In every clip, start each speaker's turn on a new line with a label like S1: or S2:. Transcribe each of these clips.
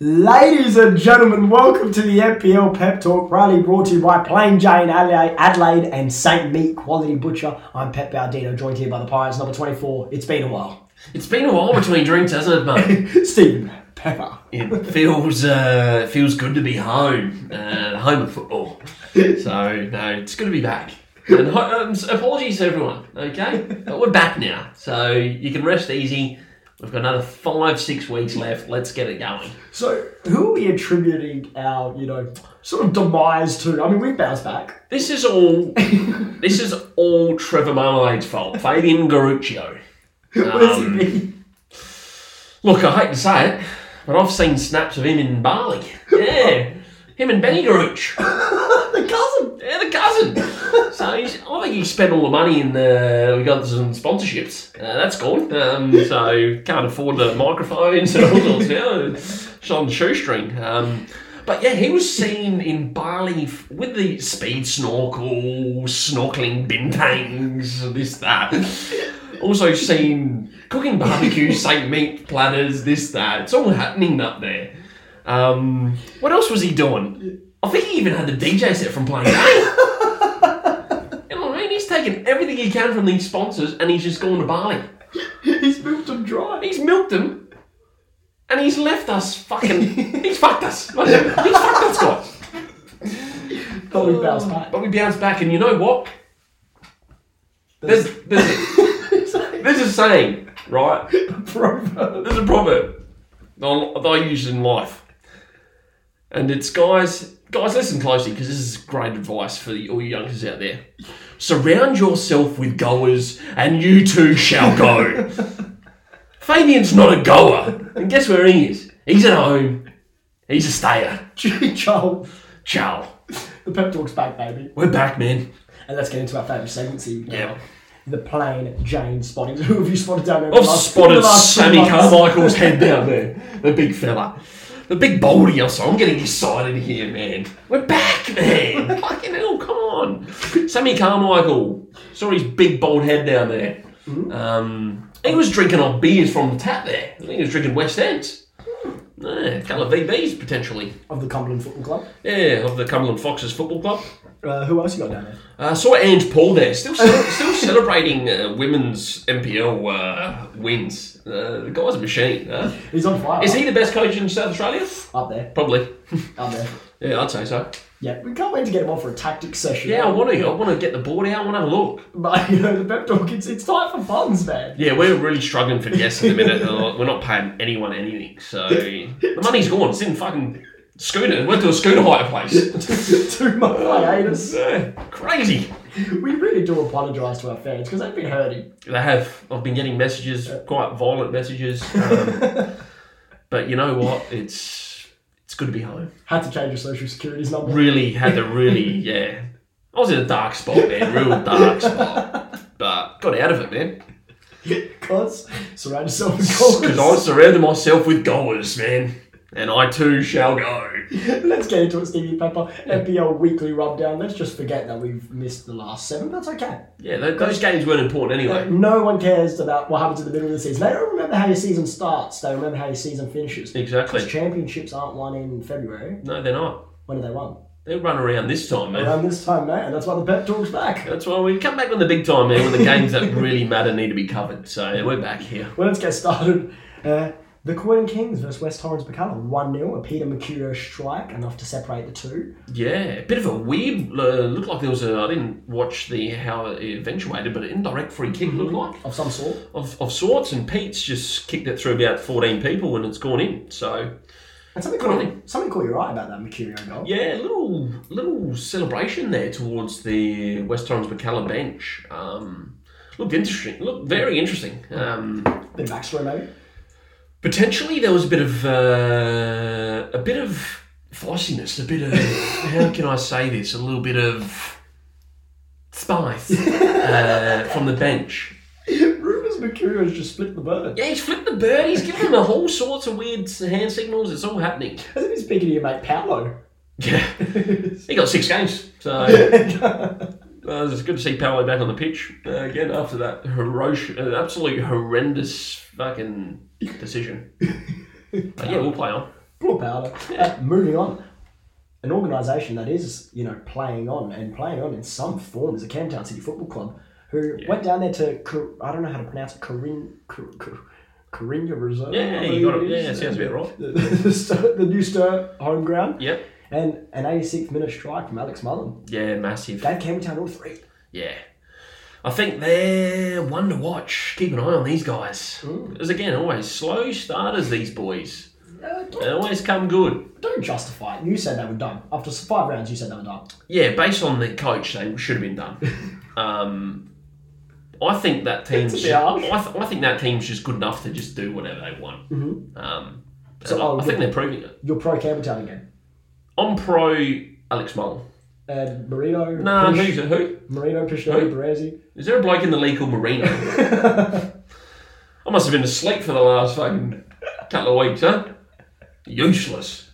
S1: Ladies and gentlemen, welcome to the FPL Pep Talk, proudly brought to you by Plain Jane Adelaide, Adelaide and St. Meat Quality Butcher. I'm Pep Baldino, joined here by the Pirates, number 24. It's been a while.
S2: It's been a while between drinks, hasn't it, mate?
S1: Stephen Pepper.
S2: It feels uh, feels good to be home, uh, home of football. So no, it's good to be back. And ho- um, apologies to everyone, okay? But we're back now, so you can rest easy. We've got another five, six weeks left. Let's get it going.
S1: So, who are we attributing our, you know, sort of demise to? I mean, we bounced back.
S2: This is all. this is all Trevor Marmalade's fault. Fabian Garuccio.
S1: What does he
S2: Um,
S1: mean?
S2: Look, I hate to say it, but I've seen snaps of him in Bali. Yeah, him and Benny Garuch.
S1: The cousin.
S2: Yeah, the cousin. So he's, I think he spent all the money in the. We got some sponsorships. Uh, that's gone. Um, so can't afford the microphones and all sorts now. It's on shoestring. Um, but yeah, he was seen in Bali f- with the speed snorkel, snorkeling bintangs, this that. Also seen cooking barbecue, Saint meat platters, this that. It's all happening up there. Um, what else was he doing? I think he even had the DJ set from Plain Day. you know what I mean? He's taken everything he can from these sponsors and he's just gone to Bali.
S1: He's milked him dry.
S2: He's milked them and he's left us fucking. he's fucked us. He's fucked us, guys.
S1: Thought we bounced back.
S2: But we bounced back and you know what? There's, there's, there's a saying, right?
S1: Proverb.
S2: There's a proverb that I- that I use in life, and it's guys, guys, listen closely because this is great advice for the, all you youngsters out there. Surround yourself with goers, and you too shall go. Fabian's not a goer, and guess where he is? He's at home. He's a stayer.
S1: Joel,
S2: Ciao.
S1: the pep talk's back, baby.
S2: We're back, man.
S1: And let's get into our favourite segment, Steve. now.
S2: Yeah.
S1: The plain Jane spotting. Who have you spotted down there? in the
S2: I've
S1: last- in
S2: spotted
S1: the last few
S2: Sammy
S1: months?
S2: Carmichael's head down there. The big fella. The big baldy also. I'm getting excited here, man. We're back, man. Fucking hell, come on. Sammy Carmichael. Saw his big bald head down there. Um, he was drinking off beers from the tap there. I think he was drinking West Ends. Yeah, a couple of VBs potentially.
S1: Of the Cumberland Football Club.
S2: Yeah, of the Cumberland Foxes Football Club.
S1: Uh, who else you got down there?
S2: Uh, saw Ange Paul there, still ce- still celebrating uh, women's MPL uh, wins. Uh, the guy's a machine. huh?
S1: He's on fire.
S2: Is he the best coach in South Australia?
S1: Up there.
S2: Probably.
S1: Up there.
S2: Yeah, I'd say so.
S1: Yeah, we can't wait to get him on for a tactics session.
S2: Yeah, I want to. I want to get the board out. I want to have a look.
S1: But, you know, the pep talk, it's, it's time for funds, man.
S2: Yeah, we're really struggling for guests at the minute. Uh, We're not paying anyone anything, so the money's gone. It's in fucking scooter. Went to a scooter hire place.
S1: Too much hiatus.
S2: Yeah, crazy.
S1: We really do apologise to our fans because they've been hurting.
S2: They have. I've been getting messages, quite violent messages. Um, but you know what? It's it's good to be home.
S1: Had to change your social security's number.
S2: Really had to really yeah. I was in a dark spot, man. Real dark spot. But got out of it, man.
S1: Because surround yourself with goals.
S2: Because I surrounded myself with goers, man. And I too shall go.
S1: Let's get into it, Stevie Pepper. NPL weekly rubdown. Let's just forget that we've missed the last seven. That's okay.
S2: Yeah, tho- those games weren't important anyway.
S1: No one cares about what happens at the middle of the season. They don't remember how your season starts. They remember how your season finishes. Because
S2: Exactly.
S1: championships aren't won in February.
S2: No, they're not.
S1: When are they won?
S2: They run around this time, man.
S1: Around this time, mate. And that's why the pep talk's back.
S2: That's why we come back on the big time, man, when the games that really matter need to be covered. So we're back here.
S1: Well, let's get started. Uh, the Queen Kings versus West Torrens Bacala. 1 0. A Peter Mercurio strike, enough to separate the two.
S2: Yeah, a bit of a weird. Uh, looked like there was a. I didn't watch the how it eventuated, but an indirect free kick looked like
S1: Of some sort.
S2: of, of sorts, and Pete's just kicked it through about fourteen people, and it's gone in. So
S1: And something
S2: on
S1: caught, something caught your eye about that Mercurio goal.
S2: yeah, little little celebration there towards the West Torrens McCallum bench. Um, looked interesting. Looked very interesting. Um,
S1: Bit of backstory, maybe.
S2: potentially there was a bit of uh, a bit of fossiness, a bit of how can I say this, a little bit of spice uh, from the bench.
S1: Rumours Mercurio's just split the bird.
S2: Yeah, he's flipped the bird. He's given him all sorts of weird hand signals. It's all happening.
S1: As if he's speaking to your mate Paolo.
S2: Yeah, he got six games, so uh, it's good to see Paolo back on the pitch uh, again after that horror- uh, absolute horrendous fucking decision. But yeah, we'll play on.
S1: Poor powder. Uh, moving on. An organisation that is, you know, playing on and playing on in some form is the Camtown City Football Club, who went down there to, Cor- I don't know how to pronounce it, Corin, Cor- Cor- Corinna Reserve.
S2: Yeah, yeah,
S1: I
S2: you
S1: believe
S2: got it.
S1: is.
S2: Yeah, sounds about right.
S1: The, the, the, Stir- the new Stir home ground.
S2: Yep.
S1: And an 86th minute strike from Alex Mullen.
S2: Yeah, massive.
S1: Gave Camtown all three.
S2: Yeah. I think they're one to watch. Keep an eye on these guys.
S1: Hmm.
S2: As again, always slow starters, these boys.
S1: Uh,
S2: They always come good.
S1: Don't justify it. You said they were done. After five rounds, you said they were done.
S2: Yeah, based on the coach, they should have been done. Um, I think that team's.
S1: It's a bit harsh.
S2: I, th- I think that team's just good enough to just do whatever they want. Um,
S1: Mm-hmm. So,
S2: so
S1: oh,
S2: I, I think they're proving it.
S1: You're pro Campbelltown again.
S2: I'm pro Alex Mullen.
S1: And Marino,
S2: No,
S1: Pish,
S2: who's who?
S1: Marino, Pishnelli, Baresi.
S2: Is there a bloke in the league called Marino? I must have been asleep for the last fucking couple of weeks, huh? Useless.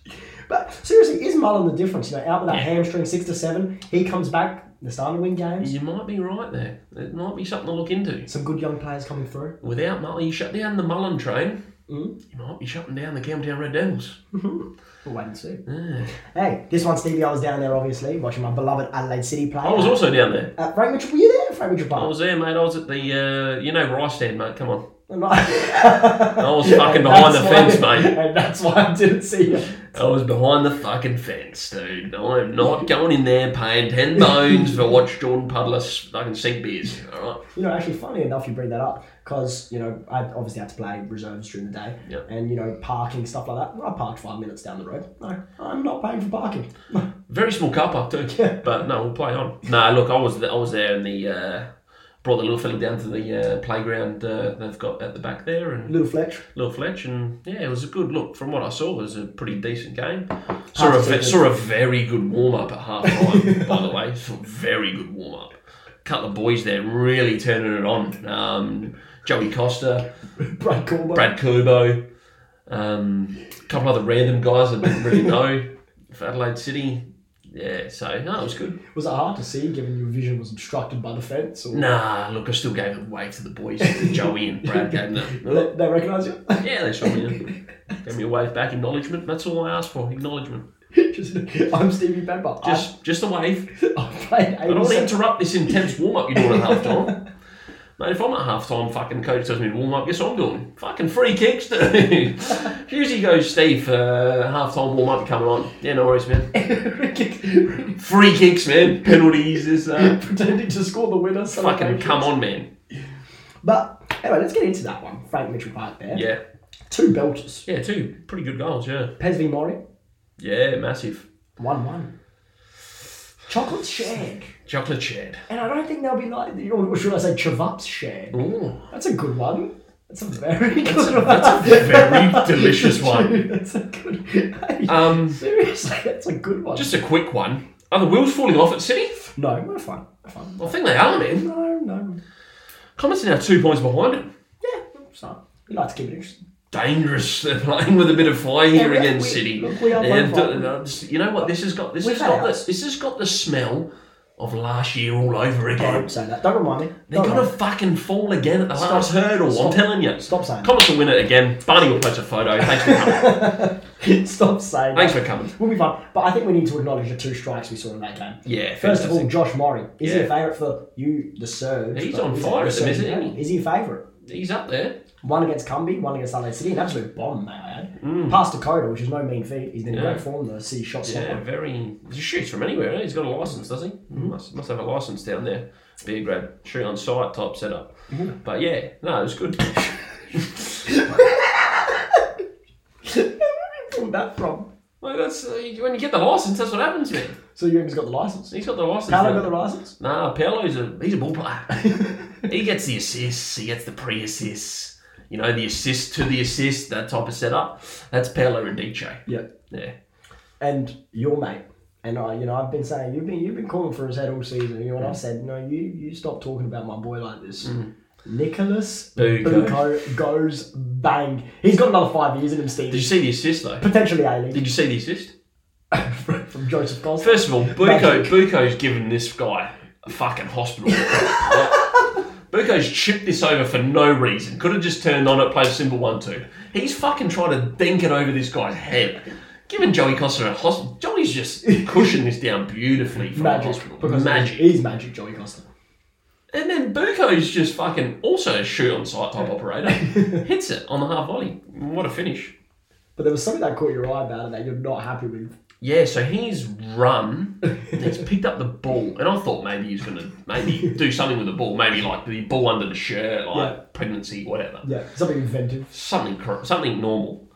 S1: But seriously, is Mullen the difference? You know, out with that hamstring, six to seven, he comes back. They're starting to win games.
S2: You might be right there. It might be something to look into.
S1: Some good young players coming through.
S2: Without Mullen, you shut down the Mullen train,
S1: Mm.
S2: you might be shutting down the Camtown Red Devils.
S1: We'll wait and see.
S2: Yeah.
S1: Hey, this one, Stevie, I was down there obviously watching my beloved Adelaide City play.
S2: I Oh, was also down there.
S1: Uh, Frank Mitchell, were you there? Frank Mitchell
S2: I
S1: Park.
S2: was there, mate. I was at the, uh, you know, rice stand, mate. Come on.
S1: I
S2: was Oh. fucking behind the fence, mate.
S1: And that's why I didn't see you.
S2: I was behind the fucking fence, dude. I am not going in there paying ten bones for watch Jordan Puddler fucking sink beers. All right.
S1: You know, actually, funny enough, you bring that up because you know I obviously had to play reserves during the day,
S2: Yep.
S1: and you know parking stuff like that. I parked five minutes down the road. No, I'm not paying for parking.
S2: Very small car park too, but no, we'll play on. No, look, I was I was there in the uh, brought the little fella down to the uh, playground uh, they've got at the back there, and
S1: Little Fletch,
S2: little Fletch, and yeah, it was a good look. From what I saw, it was a pretty decent game. Saw a,
S1: Half-decent.
S2: saw a very good warm up at half time, by the way. Saw a very good warm up. Couple of boys there really turning it on. Um, Joey Costa,
S1: Brad Corbo.
S2: Brad Kubo, um, a couple other random guys I didn't really know for Adelaide City. Yeah, so no, it was good.
S1: Was it hard to see, given your vision was obstructed by the fence? Or
S2: Nah, look, I still gave it away to the boys. Joey and Brad gave them. the-
S1: they, they recognise you?
S2: Yeah, they saw me. Gave me a wave back, acknowledgement. That's all I asked for, acknowledgement.
S1: Just, I'm Stevie Pepper.
S2: Just, just a wave.
S1: I, I played
S2: I don't want to
S1: 87.
S2: interrupt this intense warm up you're doing at half time. Mate, if I'm at half time, fucking coach tells me to warm up, guess what I'm doing? Fucking free kicks, dude. Usually goes Steve, uh, half time warm up coming on. Yeah, no worries, man. Free kicks, man. Penalties, this, uh,
S1: pretending to score the winner. So
S2: fucking come on, man.
S1: But anyway, let's get into that one. Frank Mitchell Park there.
S2: Yeah.
S1: Two belters.
S2: Yeah, two pretty good goals, yeah.
S1: Pez v Mori,
S2: Yeah, massive.
S1: 1 1. Chocolate shared.
S2: Chocolate shed.
S1: And I don't think they'll be like, or should I say, Chavup's shared.
S2: Ooh.
S1: That's a good one. That's a very good one.
S2: That's a very delicious one.
S1: that's a good. Hey,
S2: Um,
S1: seriously, that's a good one.
S2: Just a quick one. Are the wheels falling off at City?
S1: no, we're fine. We're fine.
S2: I think they are, man.
S1: No, no.
S2: Comets are now two points behind it.
S1: Yeah, so we like to keep it interesting.
S2: dangerous. They're playing with a bit of fire here
S1: Yeah,
S2: against
S1: we-
S2: City.
S1: look, we are
S2: And,
S1: one
S2: uh,
S1: for-
S2: uh, just- you know what? This has got this
S1: We've
S2: has
S1: had
S2: got the,
S1: ours.
S2: this has got the smell of last year all over again.
S1: Don't say that. Don't remind me.
S2: They're
S1: Don't
S2: gonna
S1: remind
S2: fucking fall again at the last hurdle. I'm
S1: Stop.
S2: telling you.
S1: Stop saying
S2: Comments will win it again. Barney will post a photo. Thanks for coming.
S1: me. Stop saying.
S2: Thanks
S1: that.
S2: for coming.
S1: We'll be fine. But I think we need to acknowledge the two strikes we saw in that game.
S2: Yeah,
S1: First
S2: fantastic.
S1: of all, Josh Murray. Is he a
S2: Yeah.
S1: favourite for you, the Surge?
S2: He's
S1: but
S2: on
S1: is
S2: fire
S1: it
S2: at the
S1: Surge
S2: minute,
S1: now?
S2: isn't
S1: Is he a favourite?
S2: he's up there.
S1: One against Cumbie, one against Adelaide City. An absolute bomb, may I add. Past Dakota, which is no mean feat. He's been in
S2: Mm. Yeah.
S1: great form, the City shot stopper.
S2: Yeah, very. He shoots from anywhere. eh? He's got a license, does he? Must, must have a license down there. Beer grab, shoot on site type setup. But yeah, no, it was good.
S1: Where'd that from?
S2: Well, that's uh, when you get the license. That's what happens, man.
S1: So Jürgen's got the license.
S2: He's got the license.
S1: Paolo
S2: now.
S1: got the license.
S2: Nah, Paolo's a he's a ball player. he gets the assists, he gets the pre-assists, you know, the assist to the assist, that type of setup. That's Paolo and DJ.
S1: Yeah.
S2: Yeah.
S1: And your mate. And I, you know, I've been saying you've been you've been calling for his head all season. You know, and
S2: Mm.
S1: I said, no, you you stop talking about my boy like this. Nicholas
S2: Bucco.
S1: Bucco goes bang. He's got another five years in him,
S2: Did you
S1: Steve.
S2: see the assist though?
S1: Potentially A League
S2: Did you see the assist?
S1: from Joseph Costa.
S2: First of all, Buko Buko's given this guy a fucking hospital. Buko's chipped this over for no reason. Could have just turned on it, played a simple one two. He's fucking trying to dink it over this guy's head. Giving Joey Costa a hospital. Johnny's just cushioning this down beautifully from the
S1: Magic.
S2: hospital.
S1: Because
S2: Magic.
S1: He's magic, Joey Costa.
S2: And then Buko's just fucking also a shoot on sight type operator. Hits it on the half volley. What a finish.
S1: But there was something that caught your eye about it that you're not happy with.
S2: Yeah, so he's run. He's picked up the ball, and I thought maybe he's gonna maybe do something with the ball, maybe like the ball under the shirt, like
S1: Yeah.
S2: pregnancy, whatever.
S1: Yeah, something inventive.
S2: Something cor- something normal.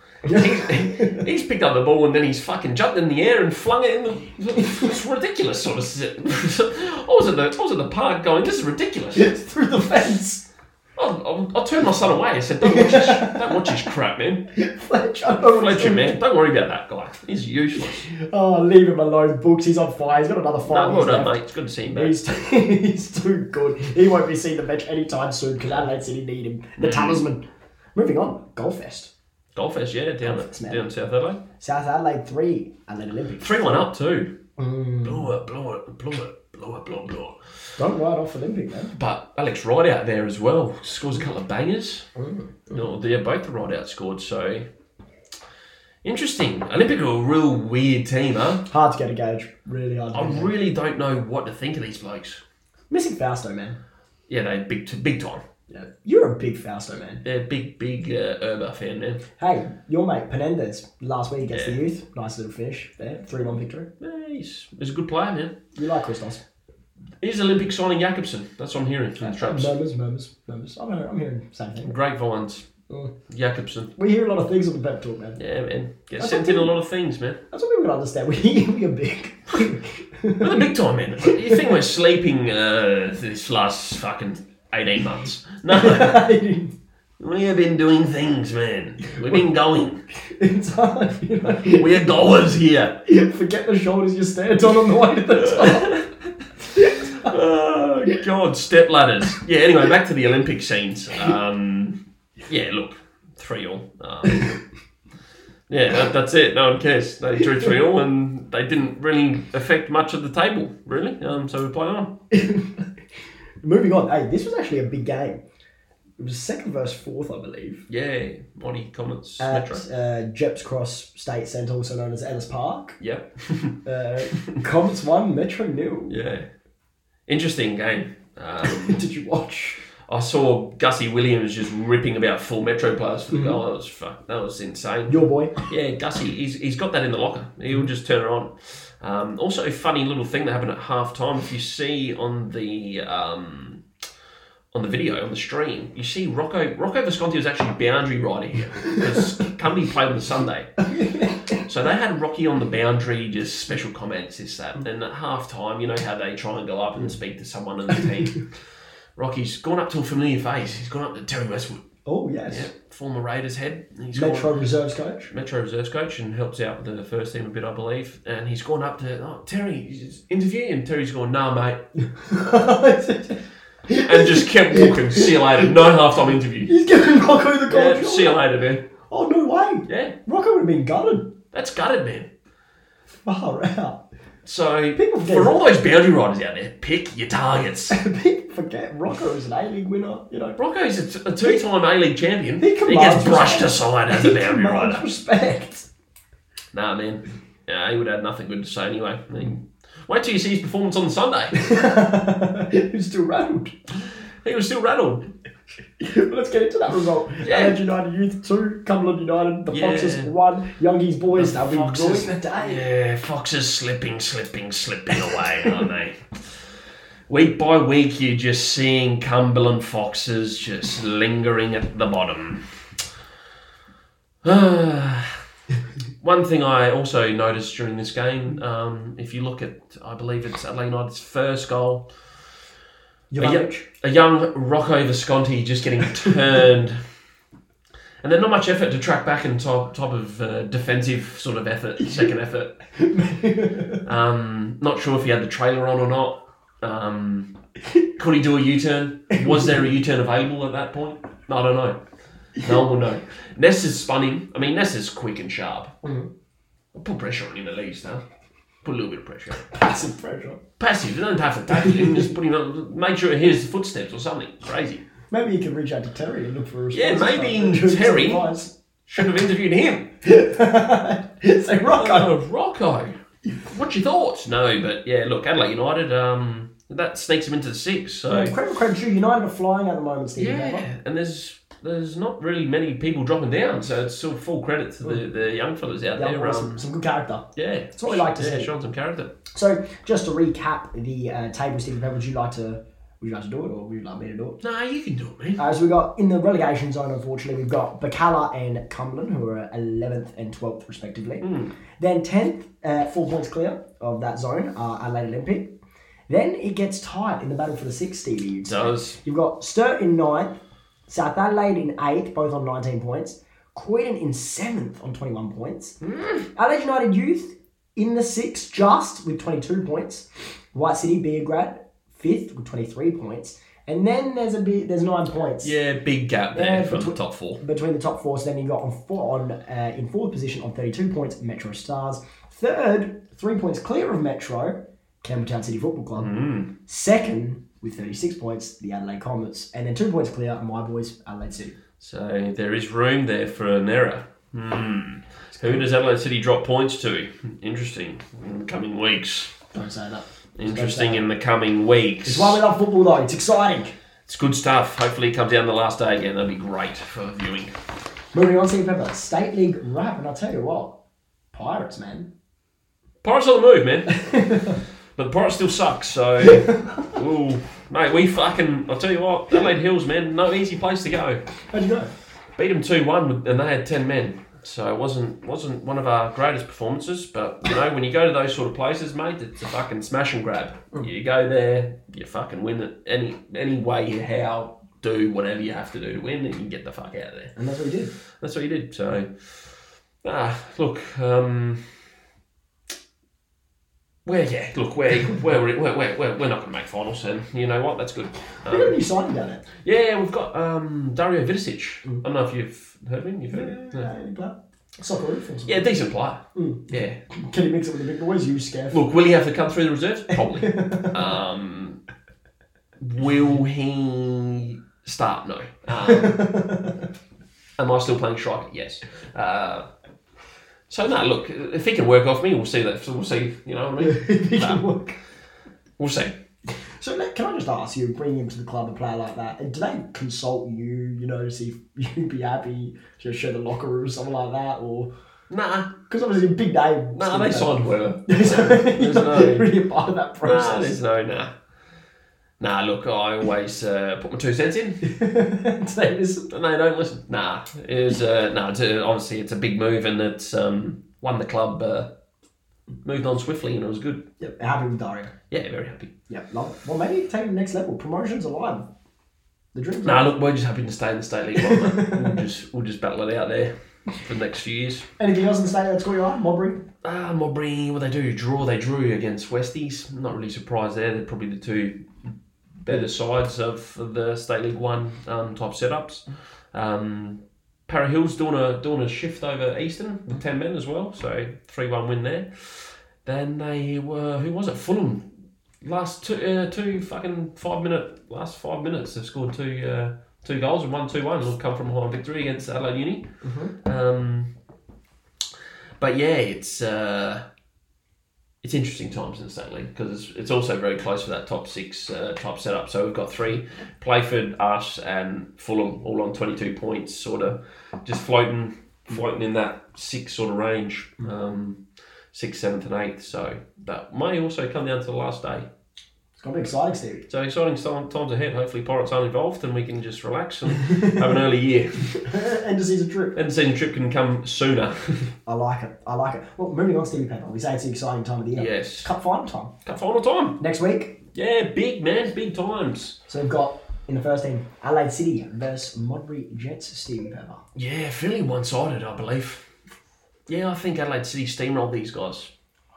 S2: He's, he's picked up the ball and then he's fucking jumped in the air and flung it in the. It's ridiculous, sort of. sit- I was at the I was at the park going, this is ridiculous.
S1: through the fence.
S2: I, I, I turned my son away. I said, don't watch this, don't watch this crap, man.
S1: Fletcher, I don't
S2: Fletcher,
S1: know
S2: man, don't worry about that guy. He's useless.
S1: what- Oh, leave him alone, Books. He's on fire. He's got another
S2: No,
S1: five
S2: well
S1: years
S2: done,
S1: left.
S2: mate. It's good to see him back.
S1: He's too, he's too good. He won't be seen the bench anytime soon because Adelaide City need him. The talisman. Moving on, Goldfest.
S2: Golfest, yeah, down at,
S1: man.
S2: down in South Adelaide.
S1: South Adelaide 3, Adelaide Olympic.
S2: 3 1 up, too.
S1: Mm.
S2: Blow it, blow it, blow it, blow it, blow it, blow it.
S1: Don't write off Olympic, man.
S2: But Alex Wright out there as well scores a couple of bangers.
S1: Mm.
S2: No, they're both the Wright out scored, so. Interesting. Olympic are a real weird team, huh?
S1: Hard to get a gauge. Really hard to
S2: I
S1: get a gauge.
S2: really don't know what to think of these blokes.
S1: Missing Fausto, man.
S2: Yeah, they're big, t- big time.
S1: Yeah. You're a big Fausto, man.
S2: They're a big, big uh, Urba fan, man.
S1: Hey, your mate, Penendez, last week against the youth. Nice little finish there. 3 1 victory.
S2: Yeah, he's, he's a good player, man.
S1: You like Christos.
S2: He's Olympic signing Jakobsen. That's what I'm hearing from the traps.
S1: Murmurs, murmurs, murmurs. I'm, I'm hearing the same thing.
S2: Grapevines.
S1: Mm.
S2: Jakobsen.
S1: We hear a lot of things on the pep talk, man.
S2: Yeah, man. Get
S1: That's
S2: sent in a lot of things, man.
S1: That's what people can understand. We, we are big.
S2: We're the big time, man. You think we're sleeping uh, this last fucking 18 months? No. we have been doing things, man. We've been going.
S1: it's hard, you know.
S2: We are goers here.
S1: Forget the shoulders you stand on on the way to the top.
S2: Oh, God, step ladders. Yeah, anyway, back to the Olympic scenes. Um, yeah, look, 3 all. Um, yeah, that, that's it. No one cares. They drew 3 all and they didn't really affect much of the table, really. Um, so we play on.
S1: Moving on. Hey, this was actually a big game. It was second verse fourth, I believe.
S2: Yeah, Monty comments.
S1: At
S2: Metro.
S1: uh, Jeps Cross State Centre, also known as Ellis Park.
S2: Yep.
S1: Uh, Comets 1, Metro nil.
S2: yeah. Interesting game. Um,
S1: Did you watch?
S2: I saw Gussie Williams just ripping about full Metro players for the goal. That was fuck, that was insane.
S1: Your boy.
S2: Yeah, Gussie, he's, he's got that in the locker. He'll just turn it on. Um, also, a funny little thing that happened at half time. If you see on the um, on the video on the stream, you see Rocco Rocco Visconti was actually boundary rider here because Cumby played on the Sunday. So they had Rocky on the boundary, just special comments, this, that. And at half time, you know how they try and go up and speak to someone in the team. Rocky's gone up to a familiar face. He's gone up to Terry Westwood,
S1: Oh, yes.
S2: former Raiders head. He's gone-
S1: Metro Reserves coach.
S2: Metro Reserves coach and helps out with the first team a bit, I believe. And he's gone up to oh, Terry, he's interviewing him. Terry's gone, nah, mate, and just kept walking. See you later. No halftime interview.
S1: He's giving Rocco the gold.
S2: Yeah, see you later, man.
S1: Oh, no way.
S2: Yeah,
S1: Rocco would have been gutted.
S2: that's gutted, man.
S1: Far out.
S2: So
S1: People forget
S2: for all those boundary riders out there, pick your targets.
S1: People forget Rocco is an A League winner, you know.
S2: Rocco's a, a two-time A League champion.
S1: He
S2: He,
S1: commands
S2: gets brushed
S1: respect.
S2: aside as a boundary
S1: commands
S2: rider.
S1: respect.
S2: Nah, man. Yeah, he would have had nothing good to say anyway. I mean, wait till you see his performance on Sunday.
S1: He's still rattled.
S2: he was still rattled.
S1: Let's get into that result.
S2: Yeah.
S1: Adelaide United Youth 2, Cumberland United, the
S2: Yeah.
S1: Foxes 1, Youngies Boys, they'll be
S2: Foxes.
S1: ruining the day.
S2: Yeah, foxes slipping, slipping, slipping away, aren't they? Week by week, you're just seeing Cumberland foxes just lingering at the bottom. One thing I also noticed during this game, um, if you look at, I believe it's Adelaide United's first goal,
S1: Jovanovic.
S2: a young Rocco Visconti just getting turned. And then not much effort to track back and type, type of uh, defensive sort of effort, second effort. Um, not sure if he had the trailer on or not. Um, could he do a U turn? Was there a U turn available at that point? I don't know. No one will know. Ness is spun him. I mean, Ness is quick and sharp. Put pressure on him at least, huh? Put a little bit of pressure
S1: Passive pressure.
S2: passive. You don't have to tackle him. Just put him on, make sure he hears the footsteps or something. Crazy.
S1: Maybe you can reach out to Terry and look for a response.
S2: Yeah, maybe
S1: Who's
S2: Terry-
S1: surprised.
S2: Should have interviewed him.
S1: so Rocco.
S2: Oh, Rocco. What you thought? No, but yeah, look, Adelaide United. Um, that sneaks them into the six. So
S1: Incredible Crabtree United are flying at the moment, Steve.
S2: yeah, and there's there's not really many people dropping down, so it's still full credit to the, the young fellas out
S1: Yeah,
S2: there.
S1: some,
S2: Um,
S1: some good character.
S2: yeah, it's
S1: what we like to
S2: yeah,
S1: see.
S2: Showing some character.
S1: So just to recap the uh, table, Steve, would you like to would you like to do it, or would you like me to do it?
S2: No, you can do it, man.
S1: As we Uh, got in the relegation zone, unfortunately, we've got Bacala and Cumberland, who are 11th and 12th, respectively. Then 10th, uh, four points clear of that zone, are Adelaide Olympic. Then it gets tight in the battle for the sixth, Stevie. you'd say.
S2: Does
S1: You've got Sturt in ninth, South Adelaide in eighth, both on 19 points. Croydon in seventh on 21 points. Adelaide United Youth in the sixth, just with 22 points. White City Beograd fifth with 23 points. And then there's a bit, there's nine points
S2: yeah, big gap there
S1: Yeah,
S2: from
S1: between-
S2: the top four.
S1: between the top four. So then you got on four on uh, in fourth position on 32 points, Metro Stars. Third, three points clear of Metro, Campbelltown City Football Club. Second, with 36 points, the Adelaide Comets. And then two points clear, my boys, Adelaide City.
S2: So there is room there for an error. Hmm. Who does Adelaide City drop points to? Interesting. In the coming weeks.
S1: Don't say that.
S2: Interesting in the coming weeks.
S1: It's why we love football, though. It's exciting.
S2: It's good stuff. Hopefully, it comes down the last day again. That'd be great for viewing.
S1: Moving on, Steve Pepper. State League wrap, and I'll tell you what, Pirates, man.
S2: Pirates on the move, man. but the Pirates still suck. So, ooh, mate, we fucking. I'll tell you what, Adelaide Hills, man, no easy place to go.
S1: How'd you go?
S2: Beat them two one, and they had ten men. So it wasn't wasn't one of our greatest performances, but you know when you go to those sort of places, mate, it's a fucking smash and grab. You go there, you fucking win it any any way, how, do whatever you have to do to win, and you get the fuck out of there.
S1: And that's what we did.
S2: that's what you did. So, ah, look, um, we're yeah, look, we're we're we're we're, we're, we're not going to make finals, and you know what? That's good.
S1: We got a
S2: Um,
S1: new signing down there.
S2: yeah, we've got um, Dario Vidicic. I don't know if you've heard of him. You've heard of him? No.
S1: Yeah, Uh, Soccer roof.
S2: Yeah, decent player. Yeah.
S1: Can he mix it with the big boys? You scared.
S2: Look, will he have to come through the reserves? Probably. um, will he start? No. Um, am I still playing striker? Yes. Uh, so no, look, if he can work off me, we'll see that. We'll see. You know what I mean?
S1: He can
S2: No,
S1: work.
S2: we'll see.
S1: So Matt, can I just ask you, bringing him to the club, a player like that, and do they consult you, you know, to see if you'd be happy to show the locker room, something like that, or
S2: Nah,
S1: because obviously a big name.
S2: nah, they signed whoever.
S1: so you're
S2: There's
S1: not
S2: no,
S1: really a part of that
S2: nah,
S1: process.
S2: there's no, nah. Nah, look, I always uh, put my two cents in.
S1: Do they listen?
S2: No, they don't listen. Nah, it was uh, no. It's, uh, obviously, it's a big move, and it's um, won the club. Uh, moved on swiftly, and it was good.
S1: Yep, happy with Dario.
S2: Yeah, very happy.
S1: Yep, love it. Well, maybe take it to the next level. Promotion's alive. The dream's
S2: Nah, look, we're just happy to stay in the state league. One, mate. we'll just we'll just battle it out there for the next few years.
S1: Anything else in the state that's caught your eye? Mobbery?
S2: Ah, Mobry, what they do? Draw. They drew against Westies. I'm not really surprised there. They're probably the two better sides of the State League One um, type setups. Um, Parra Hills doing a doing a shift over Eastern with ten men as well. So three one win there. Then they were who was it? Fulham. Last two uh, two fucking five minute last five minutes they've scored two uh, two goals and one two one. It'll come from a high victory against Adelaide Uni. Um, but yeah, it's uh, it's interesting times in the state league because it's, it's also very close for that top six uh, type setup. So we've got three: Playford, us, and Fulham, all on twenty-two points, sort of just floating, floating in that six sort of range, um, sixth, seventh, and eighth. So that may also come down to the last day.
S1: It's gonna be exciting, Stevie.
S2: So exciting time- times ahead. Hopefully, Pirates aren't involved, and we can just relax and have an early year.
S1: End of season trip.
S2: And the season trip can come sooner.
S1: I like it. I like it. Well, moving on, Stevie Pepper. We say it's the exciting time of the year.
S2: Yes.
S1: Cup final time.
S2: Cup final time.
S1: Next week,
S2: Yeah, big man, big times.
S1: So we've got in the first team Adelaide City versus Modbury Jets. Stephen Pepper.
S2: Yeah, fairly one sided, I believe. Yeah, I think Adelaide City steamrolled these guys.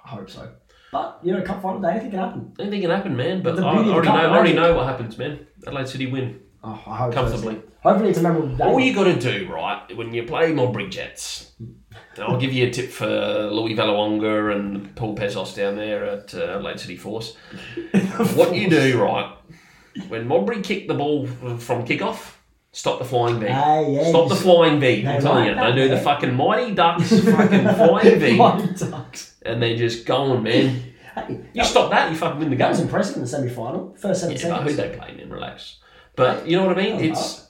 S1: I hope so. But you know, cup final day, anything can happen.
S2: Anything can happen, man, but
S1: The
S2: I, I
S1: beauty of
S2: already know
S1: cup
S2: I already
S1: magic.
S2: know what happens, man. Adelaide City win.
S1: Oh, I hope so.
S2: Comfortably.
S1: Hopefully, it's a memorable day.
S2: All you gotta do, right, when you play Modbury Jets, and I'll give you a tip for Louis Valawonga and Paul Pesos down there at uh, Adelaide City Force. what you do, right, when Modbury kick the ball from kickoff, Stop the flying V.
S1: Ah, yeah,
S2: Stop
S1: you
S2: the
S1: s-
S2: flying V.
S1: they
S2: I'm telling
S1: like
S2: you,
S1: that,
S2: they do the
S1: yeah.
S2: fucking Mighty Ducks fucking flying V,
S1: Mighty Ducks.
S2: and they're just going, man.
S1: Hey,
S2: You stop that, you fucking win the
S1: that was
S2: game.
S1: impressive in the semi final. First seven
S2: Yeah, but who
S1: seconds.
S2: they playing in? Relax. But you know what I mean?
S1: That was
S2: It's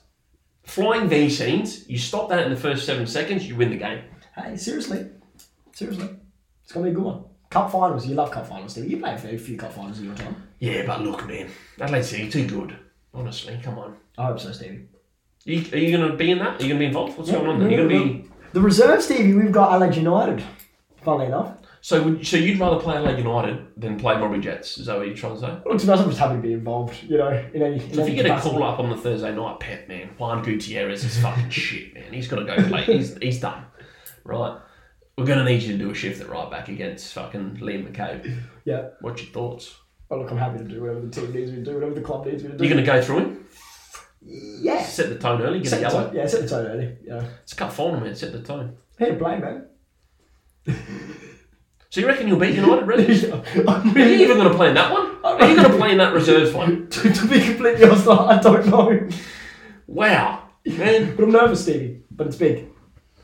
S2: flying V scenes. You stop that in the first seven seconds, you win the game.
S1: Hey, seriously. Seriously. It's going to be a good one. Cup finals. You love cup finals, do you? You play a fair few cup finals in your time.
S2: Yeah, but look, man, Adelaide City too good. Honestly, come on.
S1: I hope so, Stevie.
S2: You, are you going to be in that? Are you going to be involved? What's going on? There?
S1: no,
S2: You're
S1: no,
S2: going to be.
S1: The reserve, Stevie, we've got Adelaide United. Funnily enough.
S2: So, would, so you'd rather play Adelaide United than play Murray Jets? Is that what you're trying to say?
S1: Look, to be honest, I'm just happy to be involved, you know, in any. In
S2: So if
S1: any
S2: you get a
S1: capacity.
S2: call up on the Thursday night, Pep man, Juan Gutierrez is fucking shit, man. He's got to go play. He's he's done, right? We're going to need you to do a shift at right back against fucking Liam McCabe.
S1: Yeah.
S2: What's your thoughts?
S1: Well, Oh, look, I'm happy to do whatever the team needs me to do, whatever the club needs me to do.
S2: You're going to go through him,
S1: yeah.
S2: set the tone early, get a
S1: Set the
S2: yellow.
S1: tone. Yeah, set the tone early. Yeah.
S2: It's a cup final, man. Set the tone.
S1: Hey, blame, man.
S2: So you reckon you'll beat United, really?
S1: I'm
S2: Are you
S1: really.
S2: even going to play in that one? Are you going to play in that reserves one?
S1: to, to be completely honest, I don't know.
S2: Wow, man.
S1: But I'm nervous, Stevie. But it's big.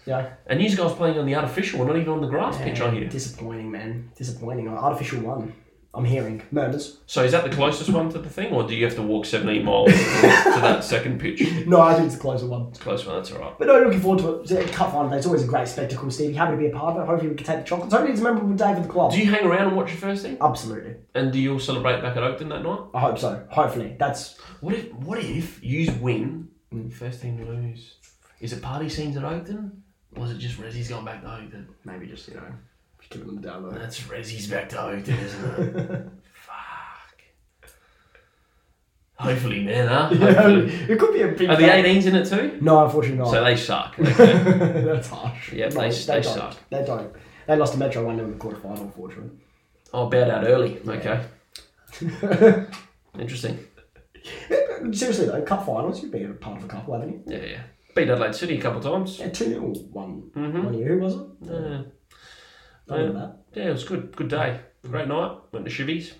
S1: Yeah.
S2: And these guys playing on the artificial, we're not even on the grass pitch, I hear.
S1: Disappointing, man. Disappointing. Artificial one. I'm hearing murmurs.
S2: So is that the closest one to the thing, or do you have to walk 17 miles to that second pitch?
S1: No, I think it's a closer one.
S2: Close one, that's all right.
S1: But no, looking forward to it. Cup final. It's always a great spectacle, Stevie. Happy to be a part of it. Hopefully, we can take the chocolates. Hopefully, it's a memorable day for the club.
S2: Do you hang around and watch your first thing?
S1: Absolutely.
S2: And do you all celebrate back at Oakton that night?
S1: I hope so. Hopefully, that's
S2: What if what if you win, first team to lose? Is it party scenes at Oakton? Or is it just Rezzy's gone back to Oakton?
S1: maybe just you know, give them the down
S2: That's Rezzy's back to Oakton, isn't it? Fuck. Hopefully, man, huh? Hopefully.
S1: it could be a big.
S2: Are the 18s in it too?
S1: No, unfortunately not.
S2: So they suck.
S1: that's harsh.
S2: Yeah,
S1: No,
S2: they- they
S1: don't.
S2: suck.
S1: They don't. They lost to Metro one in the quarterfinal, unfortunately.
S2: Oh, bowed out early. Okay. Interesting.
S1: Uh, Seriously though, cup finals, you've been a part of a couple, haven't you?
S2: Yeah, yeah. Beat Adelaide City a couple of times.
S1: Yeah, 2 0 one, one year, who was it?
S2: Uh,
S1: I remember that.
S2: Mm-hmm. yeah, it was good. Good day. Great night. Went to Chivies.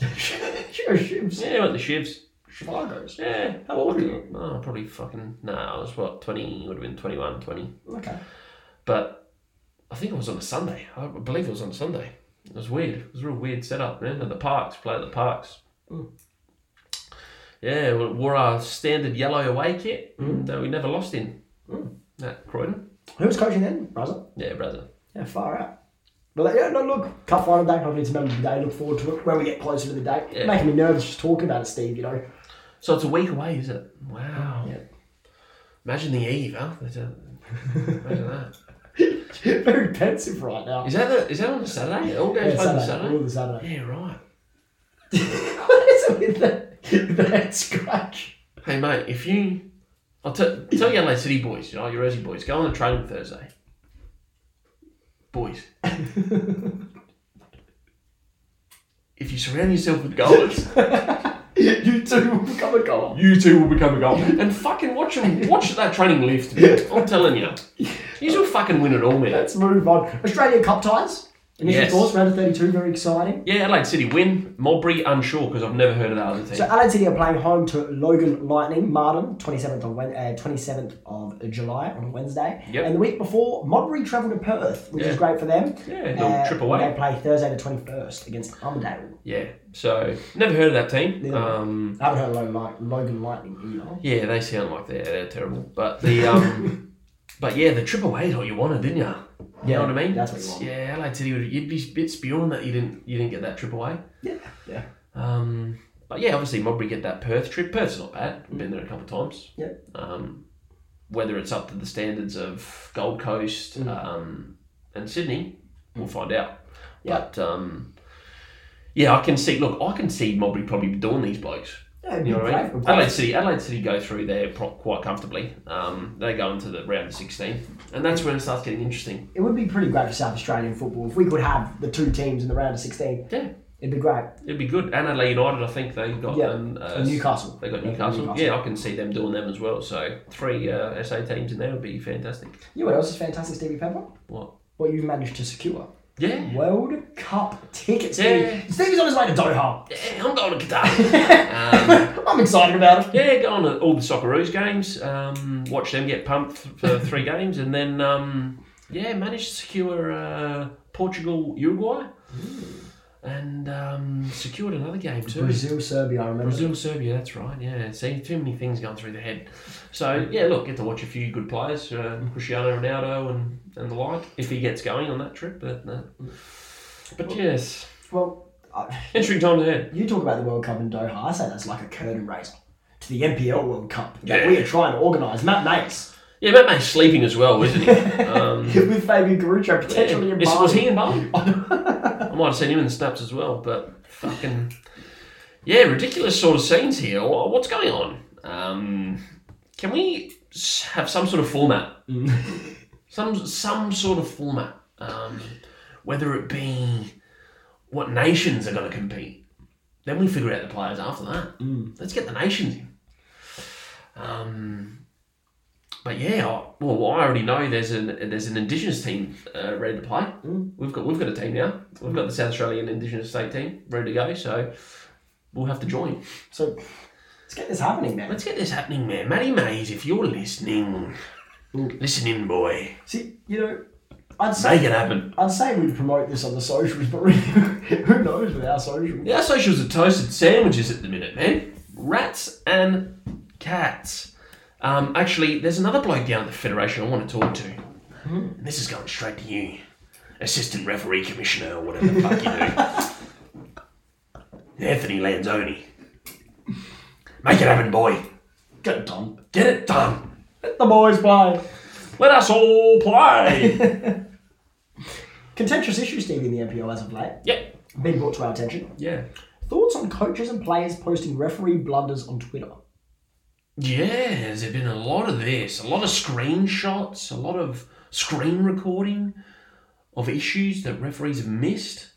S1: Sure, Shivs.
S2: Yeah, went to Shivs.
S1: Chicago's.
S2: Yeah.
S1: How old were you?
S2: Oh, probably fucking. Nah, I was what, 20? Would have been 21, 20.
S1: Okay.
S2: But I think it was on a Sunday. I believe it was on a Sunday. It was weird. It was a real weird setup, man. At the parks, play at the parks.
S1: Hmm.
S2: Yeah, we wore our standard yellow away kit
S1: Hmm.
S2: that we never lost in. At Croydon.
S1: Who was coaching then? Brazil?
S2: Yeah, brother.
S1: Yeah, far out. But like, yeah, no, look, cup final day, hopefully it's a memorable day, look forward to it when we get closer to the date.
S2: Yeah.
S1: Making me nervous just talking about it, Steve, you know.
S2: So it's a week away, is it? Wow.
S1: Yeah.
S2: Imagine the eve, huh? That's a- Imagine that.
S1: Very pensive right now.
S2: Is that the, is that on a Saturday? All
S1: Yeah,
S2: games played on
S1: Saturday.
S2: Saturday.
S1: All the Saturday.
S2: Yeah, right.
S1: what is it with that, the head scratch?
S2: Hey mate, if you, I'll t- tell you, LA City boys, you know, your Rosie boys, go on a training Thursday. Boys, if you surround yourself with goals,
S1: you two will become a goal.
S2: you too will become a goal. And fucking watch them, watch that training lift. man. I'm telling you, you will fucking win it all, man.
S1: Let's move on. Australian Cup ties. Initial
S2: Yes.
S1: thoughts, round of 32, very exciting.
S2: Yeah, Adelaide City win. Mulberry unsure because I've never heard of that other team.
S1: So Adelaide City are playing home to Logan Lightning, Martin, 27th of, Wen- uh, 27th of July on Wednesday.
S2: Yep.
S1: And the week before, Modbury travel to Perth, which
S2: Yeah.
S1: is great for them. Uh,
S2: Yeah, little trip away.
S1: They play Thursday the 21st against Armadale.
S2: yeah, so never heard of that team.
S1: Neither.
S2: Um,
S1: I haven't heard of Logan, Light- Logan Lightning either.
S2: yeah, they sound like they're, they're terrible, but the um, but yeah, the trip away is what you wanted, didn't you? You know what I mean?
S1: That's what you want.
S2: Yeah, Adelaide City, would- you'd be a bit spewing that you didn't you didn't get that trip away.
S1: Yeah. Yeah.
S2: Um, but yeah, obviously Modbury get that Perth trip. Perth's not bad. I've been there a couple of times.
S1: Yeah.
S2: Um, whether it's up to the standards of Gold Coast
S1: Mm.
S2: um, and Sydney, we'll find out.
S1: Yeah.
S2: But um, yeah, I can see. Look, I can see Modbury probably doing these blokes.
S1: Yeah, it'd
S2: You know
S1: be
S2: what I mean?
S1: great.
S2: Adelaide City, Adelaide City go through there pro- quite comfortably. Um, they go into the round of sixteen, and that's when it starts getting interesting.
S1: It would be pretty great for South Australian football if we could have the two teams in the round of 16.
S2: Yeah,
S1: It'd be great.
S2: it'd be good. And Adelaide United, I think they got
S1: Yeah,
S2: um, uh,
S1: And Newcastle.
S2: They got
S1: Yeah,
S2: Newcastle. Yeah, I can see them doing them as well. So three uh, SA teams in there would be fantastic.
S1: You know what else is fantastic, Stevie Pepper?
S2: What?
S1: What you've managed to secure.
S2: Yeah.
S1: World Cup tickets.
S2: Yeah.
S1: Steve. Steve is on his way to Doha.
S2: Yeah, I'm going to Qatar. um,
S1: I'm excited about it.
S2: yeah, going to all the Socceroos games, um, watch them get pumped for three games, and then um, yeah, managed to secure uh, Portugal, Uruguay, and um, secured another game too.
S1: Brazil, Serbia, I remember.
S2: Brazil, Serbia, that's right. Yeah, see, too many things going through the head. So yeah, look, get to watch a few good players, uh, Cristiano Ronaldo and, and the like, if he gets going on that trip. But uh, but yes,
S1: Well, I-
S2: interesting times ahead.
S1: You talk about the World Cup in Doha. I say that's like a curtain raiser to the NPL World Cup that we are trying to organise. Matt Mates
S2: Yeah, Matt May's sleeping as well, isn't he? Um,
S1: with Fabio Garucho potentially in
S2: Yes,
S1: Bali.
S2: was he in Bali? I might have seen him in the snaps as well, but fucking yeah, ridiculous sort of scenes here. Wha- What's going on? Um, can we s- have some sort of format?
S1: Mm.
S2: some some sort of format, um, whether it be what nations are going to compete. Then we figure out the players after that.
S1: Mm.
S2: Let's get the nations in. Um, but yeah, I, well, I already know there's an there's an Indigenous team uh, ready to play. We've got we've got a team now. We've got the South Australian Indigenous State team ready to go. So we'll have to join.
S1: So let's get this happening, man.
S2: Let's get this happening, man. Matty Mays, if you're listening, listen in, boy.
S1: See, you know, I'd
S2: Make
S1: say
S2: it happen.
S1: I'd say we'd promote this on the socials, but really, who knows with our socials?
S2: Yeah, Our socials are toasted sandwiches at the minute, man. Rats and cats. Um, actually, there's another bloke down at the Federation I want to talk to. And this is going straight to you, Assistant Referee Commissioner, or whatever the fuck you do. Anthony Lanzoni. Make it happen, boy.
S1: Get it done.
S2: Get it done.
S1: Let the boys play.
S2: Let us all play.
S1: Contentious issues, Steve, in the NPL as of late.
S2: yep.
S1: Been brought to our attention.
S2: Yeah.
S1: Thoughts on coaches and players posting referee blunders on Twitter?
S2: Yeah, there's been a lot of this, a lot of screenshots, a lot of screen recording of issues that referees have missed.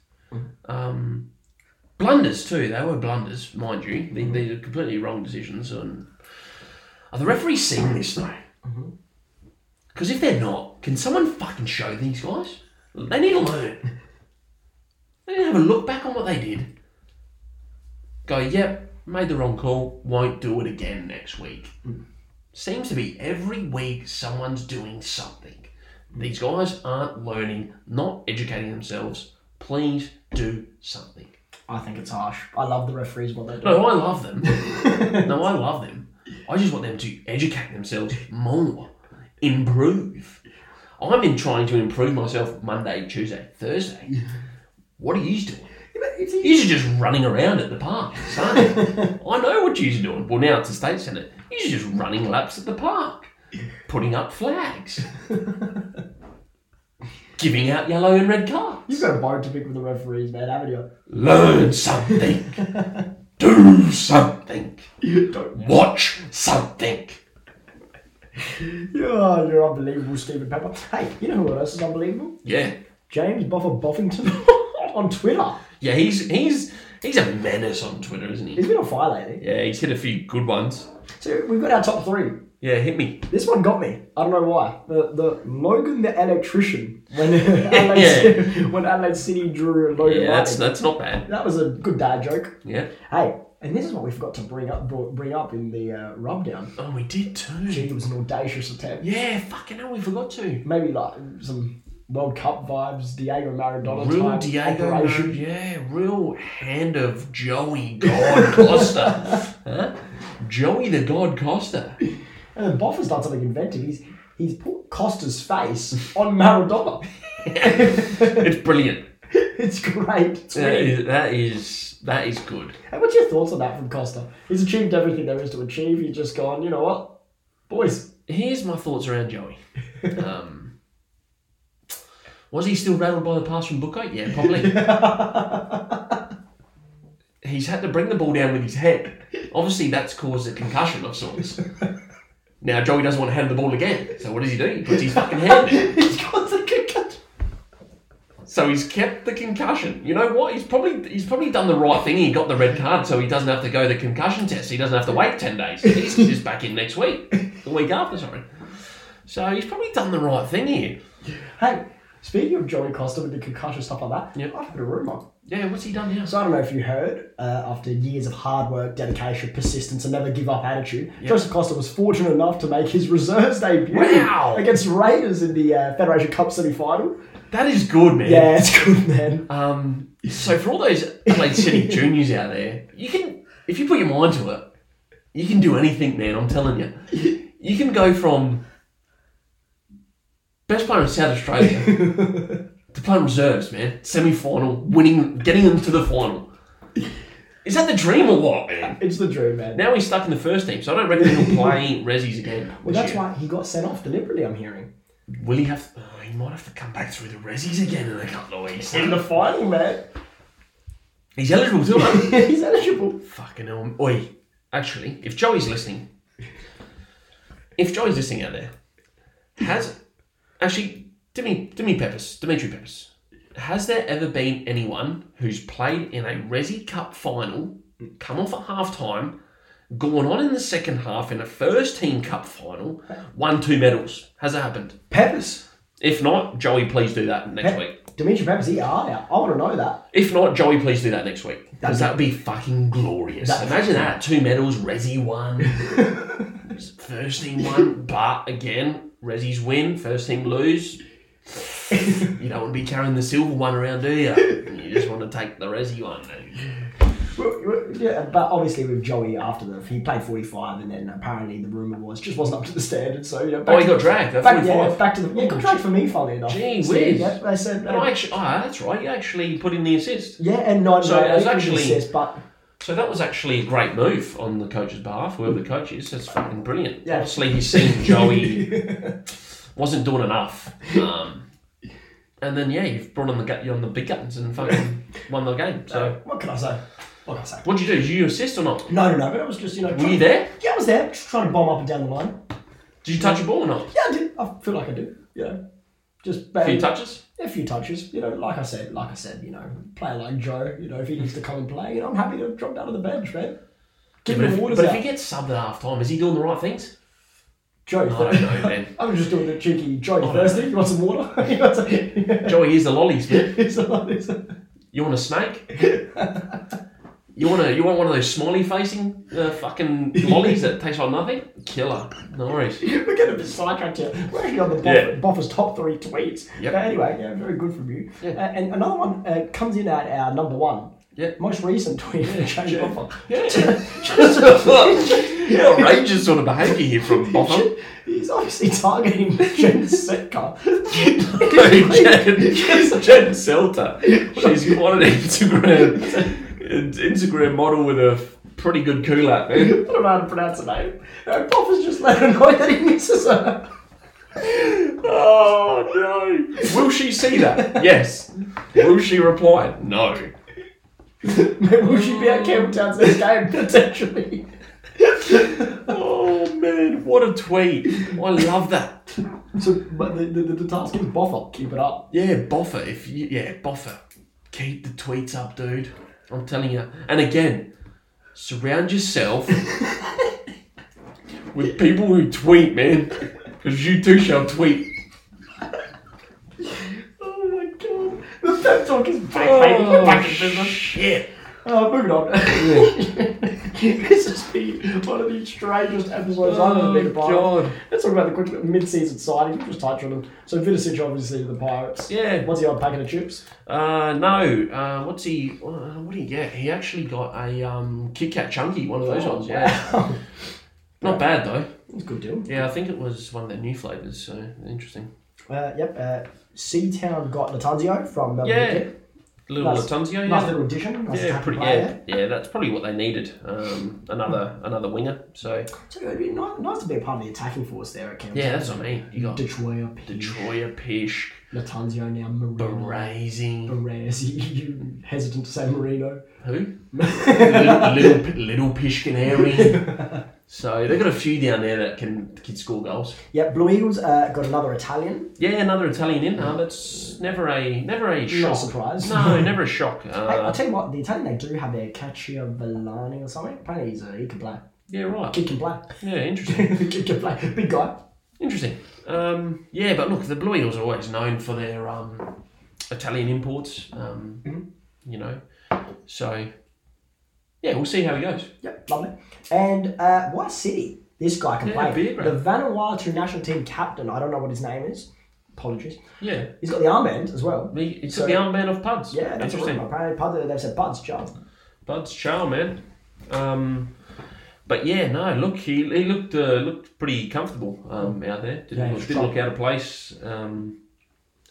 S2: Um, blunders too, they were blunders, mind you. They, they are completely wrong decisions. And are the referees seeing this though? Because if they're not, can someone fucking show these guys? They need to learn. they need to have a look back on what they did. Go, yep, made the wrong call, won't do it again next week. Seems to be every week someone's doing something. These guys aren't learning, not educating themselves. Please do something.
S1: I think it's harsh. I love the referees what they do.
S2: No, I love them. no, I love them. I just want them to educate themselves more, improve. I'm in trying to improve myself Monday, Tuesday, Thursday. What are you doing?
S1: It's easy.
S2: You're just running around at the park, son. I know what you're doing. Well, now it's the state senate. You're just running laps at the park, putting up flags, giving out yellow and red cards.
S1: You've got a bone to pick with the referees, man, haven't you?
S2: Learn something. Do something.
S1: You don't.
S2: Watch something.
S1: Oh, you're unbelievable, Stephen Pepper. Hey, you know who else is unbelievable?
S2: Yeah,
S1: James Boffer Boffington on Twitter.
S2: yeah. He's he's he's a menace on Twitter, isn't he?
S1: He's been on fire lately.
S2: Yeah, he's hit a few good ones.
S1: So we've got our top three.
S2: Yeah, hit me.
S1: This one got me. I don't know why. The the Logan the electrician when Adelaide, when Adelaide City drew Logan
S2: Yeah, that's
S1: Lightning.
S2: that's not bad.
S1: That was a good dad joke.
S2: Yeah.
S1: Hey, and this is what we forgot to bring up brought- bring up in the uh, rub down.
S2: Oh, we did too.
S1: Gee, it was an audacious attempt.
S2: Yeah, fucking hell, we forgot to.
S1: Maybe like some World Cup vibes, Diego Maradona
S2: Real
S1: type
S2: Diego,
S1: operation.
S2: Mar- yeah, real hand of Joey God Costa. huh? Joey the God Costa.
S1: And then Boffer's done something inventive. He's he's put Costa's face on Maradona.
S2: It's brilliant.
S1: it's great. It's
S2: That
S1: great.
S2: is, that is that is good.
S1: Hey, what's your thoughts on that from Costa? He's achieved everything there is to achieve. He's just gone. You know what, boys?
S2: Here's my thoughts around Joey. Um, was he still rattled by the pass from Booker? Yeah, probably. He's had to bring the ball down with his head. Obviously, that's caused a concussion of sorts. Now, Joey doesn't want to hand the ball again. So, what does he do? He puts his fucking hand in.
S1: he's got the concussion.
S2: So he's kept the concussion. You know what? He's probably he's probably done the right thing. He got the red card, so he doesn't have to go the concussion test. He doesn't have to wait ten days. He's just back in next week, the week after, sorry. So he's probably done the right thing here.
S1: Hey, Speaking of Johnny Costa with the concussion stuff like that,
S2: Yep.
S1: I've heard a rumor.
S2: Yeah, what's he done now?
S1: So I don't know if you heard, uh, after years of hard work, dedication, persistence, and never give up attitude, Joseph Costa was fortunate enough to make his reserves debut
S2: Wow.
S1: against Raiders in the uh, Federation Cup semi-final.
S2: That is good, man.
S1: Yeah, it's good, man.
S2: Um, so for all those Adelaide City juniors out there, you can, if you put your mind to it, you can do anything, man. I'm telling you, you can go from best player in South Australia to playing reserves, man. Semi final, winning, getting them to the final. Is that the dream or what, man?
S1: It's the dream, man.
S2: Now he's stuck in the first team, so I don't reckon he'll play Rezzies again.
S1: well,
S2: this
S1: that's
S2: year.
S1: why he got sent off deliberately, I'm hearing.
S2: Will he have? oh, he might have to come back through the Rezzies again in a couple of weeks.
S1: the final, man.
S2: He's eligible too. mate.
S1: He's eligible.
S2: Fucking hell. I'm- Oi, actually, if Joey's listening, if Joey's listening out there, has actually Dimi Dimi Peppers, Dimitri Peppers, has there ever been anyone who's played in a Resi Cup final, come off at half time, gone on in the second half in a first team cup final, won two medals? Has it happened?
S1: Peppers.
S2: If not, Joey, please do that next week.
S1: Dimitri Peppers, he are now. I want to know that.
S2: If not, Joey, please do that next week. Because that'd be fucking glorious.
S1: That'd be
S2: Imagine that. Two medals, Resi won. first team won, but again, Resi's win, first team lose. you don't want to be carrying the silver one around, do you? You just want to take the Resi one.
S1: Well, well, Yeah, but obviously with Joey after the he played 45 and then apparently the rumor was just wasn't up to the standard so you know back
S2: Oh, he
S1: to
S2: got
S1: the-
S2: dragged at
S1: back,
S2: 45.
S1: yeah, back to the yeah got dragged for me funnily enough
S2: Gee
S1: So,
S2: whiz.
S1: yeah, they said uh,
S2: And I actually, ah, that's right, you actually put in the assist.
S1: yeah and nine
S2: So, it was actually-
S1: assist, but
S2: So that was actually a great move on the coach's behalf, whoever the coach is. That's fucking brilliant.
S1: Yeah.
S2: Obviously, he's seen Joey wasn't doing enough. Um, and then yeah, you've brought on the gut, you on the big guns and fucking won the game. So
S1: what can I say what can I say
S2: what did you do? Did you assist or not?
S1: no no no but it was just you know
S2: Were
S1: trying-
S2: you there?
S1: yeah I was there just trying to bomb up and down the line
S2: Did you touch a ball or not?
S1: yeah I did I feel like I do you know just
S2: A few
S1: bang,
S2: touches.
S1: a few touches you know like I said like I said you know player like Joe you know if he needs to come and play you know I'm happy to drop down to the bench man give him
S2: But if,
S1: the waters
S2: but if
S1: out
S2: he gets subbed at half time, is he doing the right things?
S1: Joe
S2: I don't know, man.
S1: I'm just doing a cheeky Johnny
S2: Oh, no.
S1: Thursday. You want some water? You want some- yeah.
S2: Joey, here's the lollies, man.
S1: It's a lot, it's a-
S2: You want a snake? You want a, you want one of those smiley facing uh, fucking lollies that taste like nothing? Killer. No worries.
S1: We're getting a bit sidetracked here. We're actually on the Boff-
S2: Yeah.
S1: Boffer's top three tweets.
S2: Yep.
S1: But anyway, yeah, very good from you.
S2: Yeah.
S1: Uh, and another one uh, comes in at our number one.
S2: Yeah.
S1: Most recent tweet from James Boffer.
S2: yeah, outrageous sort of behaviour here from Botham.
S1: He's obviously targeting Jen Setka.
S2: Jen, Jen Selter. She's quite an Instagram an Instagram model with a pretty good coolat,
S1: I
S2: man.
S1: don't know how to pronounce her name. Uh, Boffer's just let her know that he misses her.
S2: Oh no! Will she see that? Yes. Will she reply? No.
S1: Maybe we should be at Campbelltown's next game, potentially.
S2: Oh man, what a tweet! I love that.
S1: So, but the, the, the task is Boffer. Keep it up.
S2: Yeah, Boffer. If you yeah, Boffer, keep the tweets up, dude. I'm telling you. And again, surround yourself with people who tweet, man, because you too shall tweet.
S1: Oh my god. The pep talk is back, baby. We're back in
S2: Oh,
S1: business.
S2: shit.
S1: Uh, moving on. this has been one of the strangest episodes I've ever been a
S2: Oh,
S1: part of.
S2: God.
S1: Let's talk about the quick mid-season signing. Just touch on them. So Vidicic, obviously, the Pirates.
S2: Yeah.
S1: What's he on, packet of chips?
S2: Uh, no. Uh, what's he? Uh, what did he get? He actually got a um, Kit Kat Chunky, one of those ones. Yeah.
S1: Oh, Wow.
S2: Not bad though.
S1: That's a good deal.
S2: Yeah, I think it was one of their new flavors. So interesting.
S1: Uh, yep. Uh, Seatown got Natanzio from Melbourne.
S2: Yeah.
S1: Wicket.
S2: Little
S1: Nice-
S2: Latunzio, yeah.
S1: Nice little addition. Nice
S2: Yeah,
S1: attack
S2: pretty,
S1: player. Hmm.
S2: yeah, yeah, that's probably what they needed. Um, another another winger. So
S1: So it'd be nice, nice to be a part of the attacking force there at Campbell.
S2: yeah, that's what I mean. You got
S1: Detroit,
S2: Detroit, Pish,
S1: Natanzio now, Marino.
S2: Brazing,
S1: Perez, you, you hesitant to say Marino.
S2: who? little little, little Pishkinary. So they've got a few down there that can can score goals.
S1: Yeah, Blue Eagles uh, got another Italian.
S2: Yeah, another Italian in. Uh, that's never a never a shock.
S1: surprise.
S2: No, never a shock.
S1: Hey, I'll
S2: Uh,
S1: tell you what, the Italian they do have their Cacciavellani or something. Apparently he's a, he can play.
S2: yeah, right.
S1: Kid can play.
S2: Yeah, interesting.
S1: Kid can play. Big guy.
S2: Interesting. Um, yeah, but look, the Blue Eels are always known for their um, Italian imports. Um,
S1: Mm-hmm.
S2: You know, so yeah, we'll see how it goes.
S1: Yep, lovely. And uh, what city this guy can
S2: Yeah,
S1: play?
S2: Beer,
S1: the
S2: bro.
S1: Vanuatu national team captain. I don't know what his name is. Apologies.
S2: Yeah,
S1: He's got the armband as well.
S2: he, he took
S1: So-
S2: the armband of Puds.
S1: Yeah, that's
S2: interesting.
S1: right. Apparently, apparently they've said Bud's job.
S2: Bud's chow, man. Um, but yeah, no, look, he, he looked uh, looked pretty comfortable um, out there. Didn't,
S1: Yeah, he
S2: look,
S1: was
S2: didn't look
S1: strong.
S2: out of place. Um,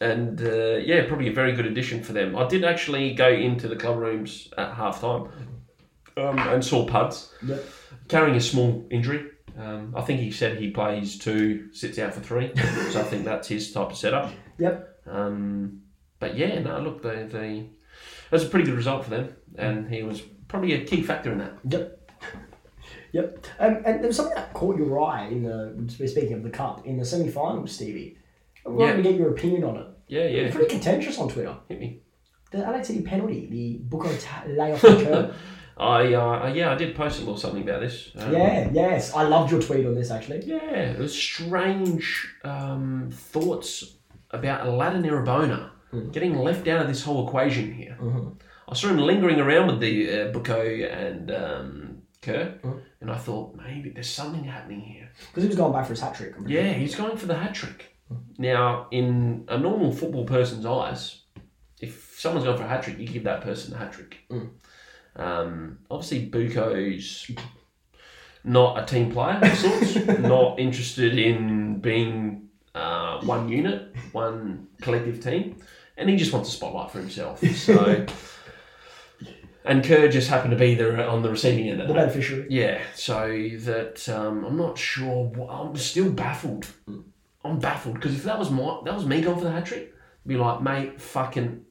S2: and uh, yeah, probably a very good addition for them. I did actually go into the club rooms at half time um, and saw Puds
S1: Yep.
S2: carrying a small injury. Um, I think he said he plays two, sits out for three. so I think that's his type of setup.
S1: Yep.
S2: Um, but yeah, no, look, they, they that's a pretty good result for them, and he was probably a key factor in that.
S1: Yep. Yep. Um, and there was something that caught your eye in the speaking of the cup in the semi-final, Stevie. I wanted
S2: Yeah.
S1: to get your opinion on it.
S2: Yeah, yeah,
S1: Pretty contentious on Twitter.
S2: hit me.
S1: The LA City penalty, the Booker ta- layoff the curb.
S2: I uh, yeah, I did post a little something about this. Um,
S1: yeah. Yes, I loved your tweet on this actually.
S2: yeah, it was strange um, thoughts about Aladdin Irabona getting left out of this whole equation here. I saw him lingering around with the uh, Bucco and um, Kerr, and I thought maybe there's something happening here.
S1: Because he was going back for his hat trick.
S2: Yeah, he's going for the hat trick. Now, in a normal football person's eyes, if someone's going for a hat trick, you give that person the hat trick. Um, obviously, Buko's not a team player, of sorts, not interested in being uh, one unit, one collective team, and he just wants a spotlight for himself. So, and Kerr just happened to be there on the receiving end of
S1: The
S2: that.
S1: beneficiary.
S2: Yeah, so that um, I'm not sure. wh- I'm still baffled. I'm baffled because if that was my that was me going for the hat trick, I'd be like, mate, fucking,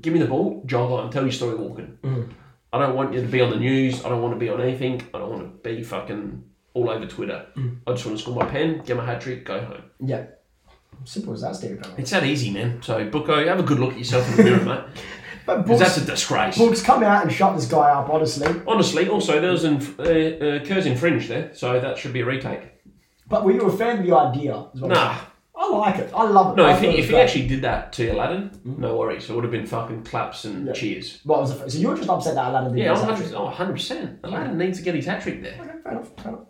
S2: give me the ball, jog on, tell your story walking. I don't want you to be on the news. I don't want to be on anything. I don't want to be fucking all over Twitter. I just want to score my pen, get my hat trick, go home.
S1: Yeah. Simple as that, Stevie. Connor.
S2: It's that easy, man. So Bucko, have a good look at yourself in the mirror, mate.
S1: But
S2: 'Cause
S1: Brooks,
S2: that's a disgrace.
S1: Brooks, come out and shut this guy up. Honestly.
S2: Honestly, also there was an, uh, uh, Kerr's infringed there, so that should be a retake.
S1: But were you a fan of the idea? is what I'm
S2: Nah.
S1: saying. I like it. I love it.
S2: No,
S1: I
S2: if
S1: thought
S2: he,
S1: it
S2: if
S1: was
S2: he
S1: great.
S2: actually did that Hmm. to Aladdin, no worries. It would have been fucking claps and cheers.
S1: What was the, so you were just upset that Aladdin didn't
S2: Yeah,
S1: use
S2: I'm
S1: that
S2: 100 oh, 100%. Aladdin needs to get his hat trick there.
S1: trick. Okay, fair enough, fair enough.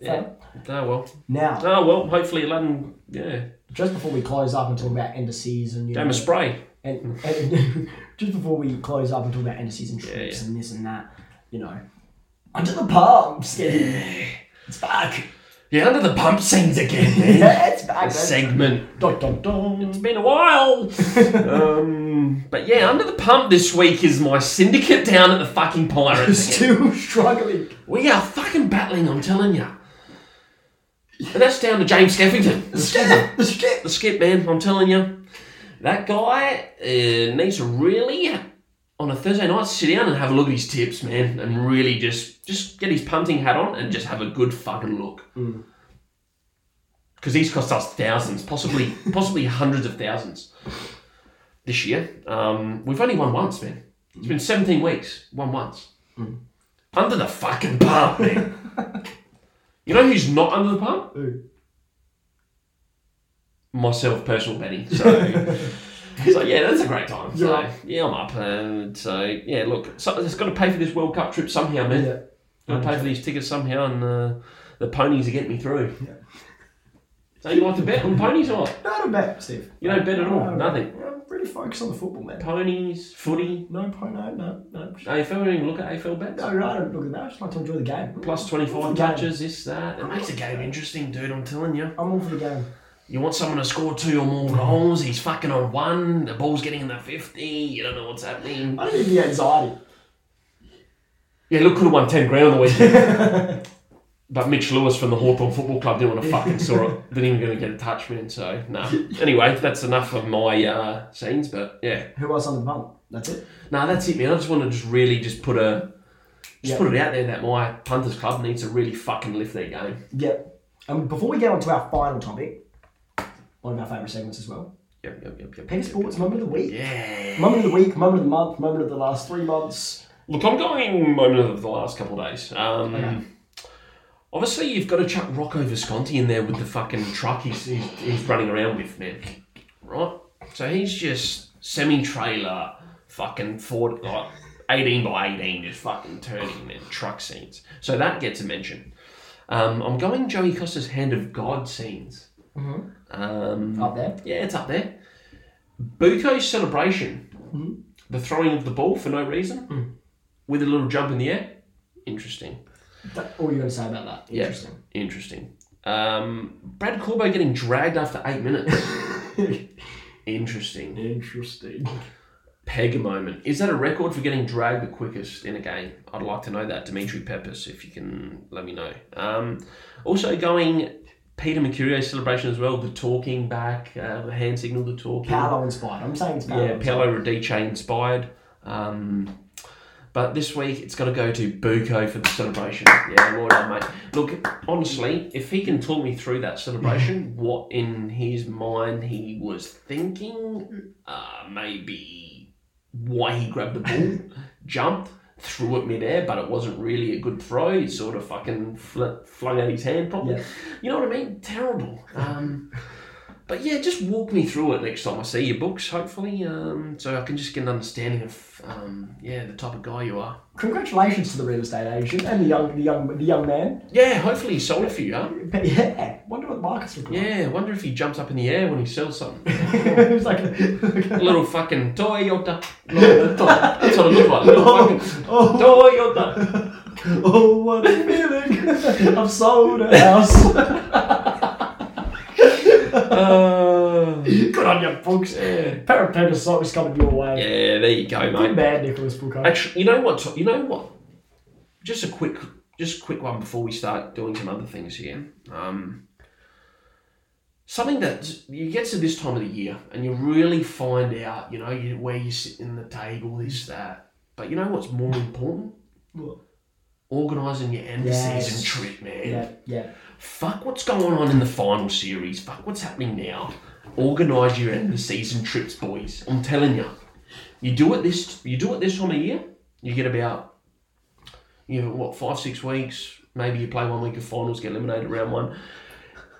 S2: Yeah. Oh, well.
S1: Now,
S2: Oh, well, hopefully Aladdin, yeah.
S1: just before we close up and talk about end of season, you
S2: Damn a
S1: know,
S2: spray.
S1: and, and just before we close up and talk about end of season trips
S2: yeah.
S1: and this and that, you know, under the pumps, it's back.
S2: Yeah, under the pump scenes again, man.
S1: Yeah, it's back.
S2: The segment.
S1: Dun, dun, dun.
S2: It's been a while. um, but yeah, under the pump this week is my syndicate down at the fucking Pirates. again.
S1: Still struggling.
S2: we are fucking battling, I'm telling you. And that's down to James Skeffington. The skipper.
S1: The skip.
S2: the skip man. I'm telling you, that guy uh, needs to really on a Thursday night sit down and have a look at his tips, man, and really just just get his punting hat on and just have a good fucking look. Because he's cost us thousands, possibly possibly hundreds of thousands this year. Um, we've only won once, man. It's been 17 weeks, won once. Under the fucking pump, man. you know who's not under the pump?
S1: Ooh.
S2: myself personal betting. So, so yeah, that's a great time. So,
S1: You're up.
S2: yeah, I'm up. And so yeah, look, so it's got to pay for this World Cup trip somehow, man.
S1: Yeah.
S2: Got to pay for these tickets somehow, and uh, the ponies are getting me through.
S1: Yeah.
S2: So you like to bet on ponies or what?
S1: No, I don't bet, Steve.
S2: You don't bet at all?
S1: No,
S2: Nothing.
S1: I'm really focused on the football, man.
S2: Ponies, footy,
S1: No point, no, no, no.
S2: AFL. You even look at AFL bets.
S1: No, right, I don't look at that. I just like to enjoy the game.
S2: Plus
S1: What's the
S2: 25
S1: game?
S2: touches, this, that. It makes the game interesting, dude, I'm telling you.
S1: I'm all for the game.
S2: You want someone to score two or more goals, he's fucking on one, the ball's getting in the 50, you don't know what's happening.
S1: I don't need the anxiety.
S2: Yeah, look, could have won 10 grand on the weekend. but Mitch Lewis from the Hawthorn Football Club didn't want to fucking saw it. Didn't even going to get a touch, man. So, no. Anyway, that's enough of my uh, scenes, but yeah.
S1: Who else on the bump? That's it.
S2: No, that's it, man. I just want to just really just put a. Just
S1: Yeah.
S2: put it out there that my punters club needs to really fucking lift their game.
S1: Yep. And Um, before we get on to our final topic, one of our favourite segments as well.
S2: Yep, yep, yep, yep.
S1: Peg Sports Moment of the Week.
S2: Yeah.
S1: Moment of the Week, Moment of the Month, Moment of the last three months.
S2: Look, I'm going moment of the last couple of days. Um, Obviously, you've got to chuck Rocco Visconti in there with the fucking truck he's, he's, he's running around with now, right? So he's just semi trailer, fucking Ford, like 18 by 18, just fucking turning in truck scenes. So that gets a mention. Um, I'm going Joey Costa's Hand of God scenes.
S1: Mhm.
S2: Um,
S1: Up there.
S2: yeah, it's up there. Buko's celebration,
S1: Mhm.
S2: the throwing of the ball for no reason, with a little jump in the air. Interesting.
S1: That, all you got to say about that.
S2: Yeah.
S1: Interesting.
S2: Interesting. Um, Brad Corbo getting dragged after eight minutes. Interesting.
S1: Interesting.
S2: Peg moment. Is that a record for getting dragged the quickest in a game? I'd like to know that, Dimitri Pepis, if you can let me know. Um, also going Peter Mercurio's celebration as well, the talking back, uh, the hand signal, the talking.
S1: Paolo inspired. I'm saying it's Paolo.
S2: Yeah, Paolo Radice inspired. Um, but this week it's got to go to Buko for the celebration. Yeah, well done, mate. Look, honestly, if he can talk me through that celebration, what in his mind he was thinking, uh, maybe why he grabbed the ball, jumped, threw it midair, but it wasn't really a good throw. He sort of fucking fl- flung out his hand properly.
S1: Yeah.
S2: You know what I mean? Terrible. Um, but yeah, just walk me through it next time I see your books, hopefully, um, so I can just get an understanding of um, yeah the type of guy you are.
S1: Congratulations to the real estate agent and the young, the young, the young man.
S2: Yeah, hopefully he sold a few, huh?
S1: But yeah. Wonder what markets look like.
S2: Yeah, wonder if he jumps up in the air when he sells something.
S1: it was like. a-
S2: little fucking Toyota. Little- That's what it looked like. Little
S1: Oh,
S2: fucking
S1: oh,
S2: Toyota.
S1: oh, what a feeling! I've sold a house.
S2: Uh,
S1: Good on your books.
S2: yeah.
S1: Parapet of socks coming your way.
S2: yeah, there you go,
S1: Good
S2: mate.
S1: man, Nicholas Booker.
S2: Actually, you know what? Tom- You know what? Just a quick, just a quick one before we start doing some other things here. Um, something that you get to this time of the year and you really find out, you know, you, where you sit in the table, this that. But you know what's more important?
S1: What?
S2: Organising your end
S1: Yes.
S2: season trip, man.
S1: yeah, yeah.
S2: Fuck what's going on in the final series. Fuck what's happening now. Organise your end of season trips, boys. I'm telling you. You do it this you do it this time of year, you get about you know what, five, six weeks, maybe you play one week of finals, get eliminated round one.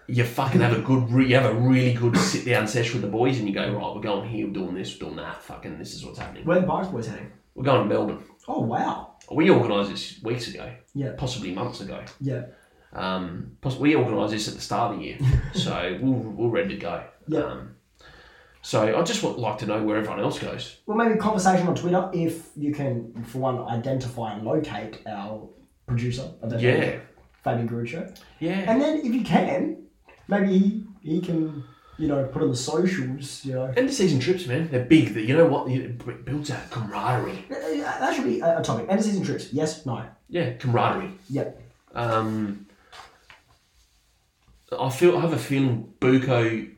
S2: You fucking have a good, re- you have a really good sit down session with the boys, and you go right. We're going here, we're doing this, we're doing that. Fucking, this is what's happening.
S1: Where the Barks boys heading?
S2: We're going to Melbourne.
S1: Oh wow.
S2: We organised this weeks ago,
S1: Yeah.
S2: possibly months ago.
S1: Yeah.
S2: Um, plus we organise this at the start of the year, so we're, we're ready to go.
S1: Yeah.
S2: Um, so I just would like to know where everyone else goes.
S1: Well, maybe a conversation on Twitter if you can, for one, identify and locate our producer. of that
S2: Yeah,
S1: Fabian Garuccio.
S2: yeah,
S1: And then if you can, maybe he, he can, you know, put on the socials, you know.
S2: end of season trips, man. They're big. That you know what it b- builds that camaraderie.
S1: That should be a a topic. End of season trips. Yes, no.
S2: Yeah, camaraderie.
S1: Yep.
S2: Um, I feel I have a feeling Buko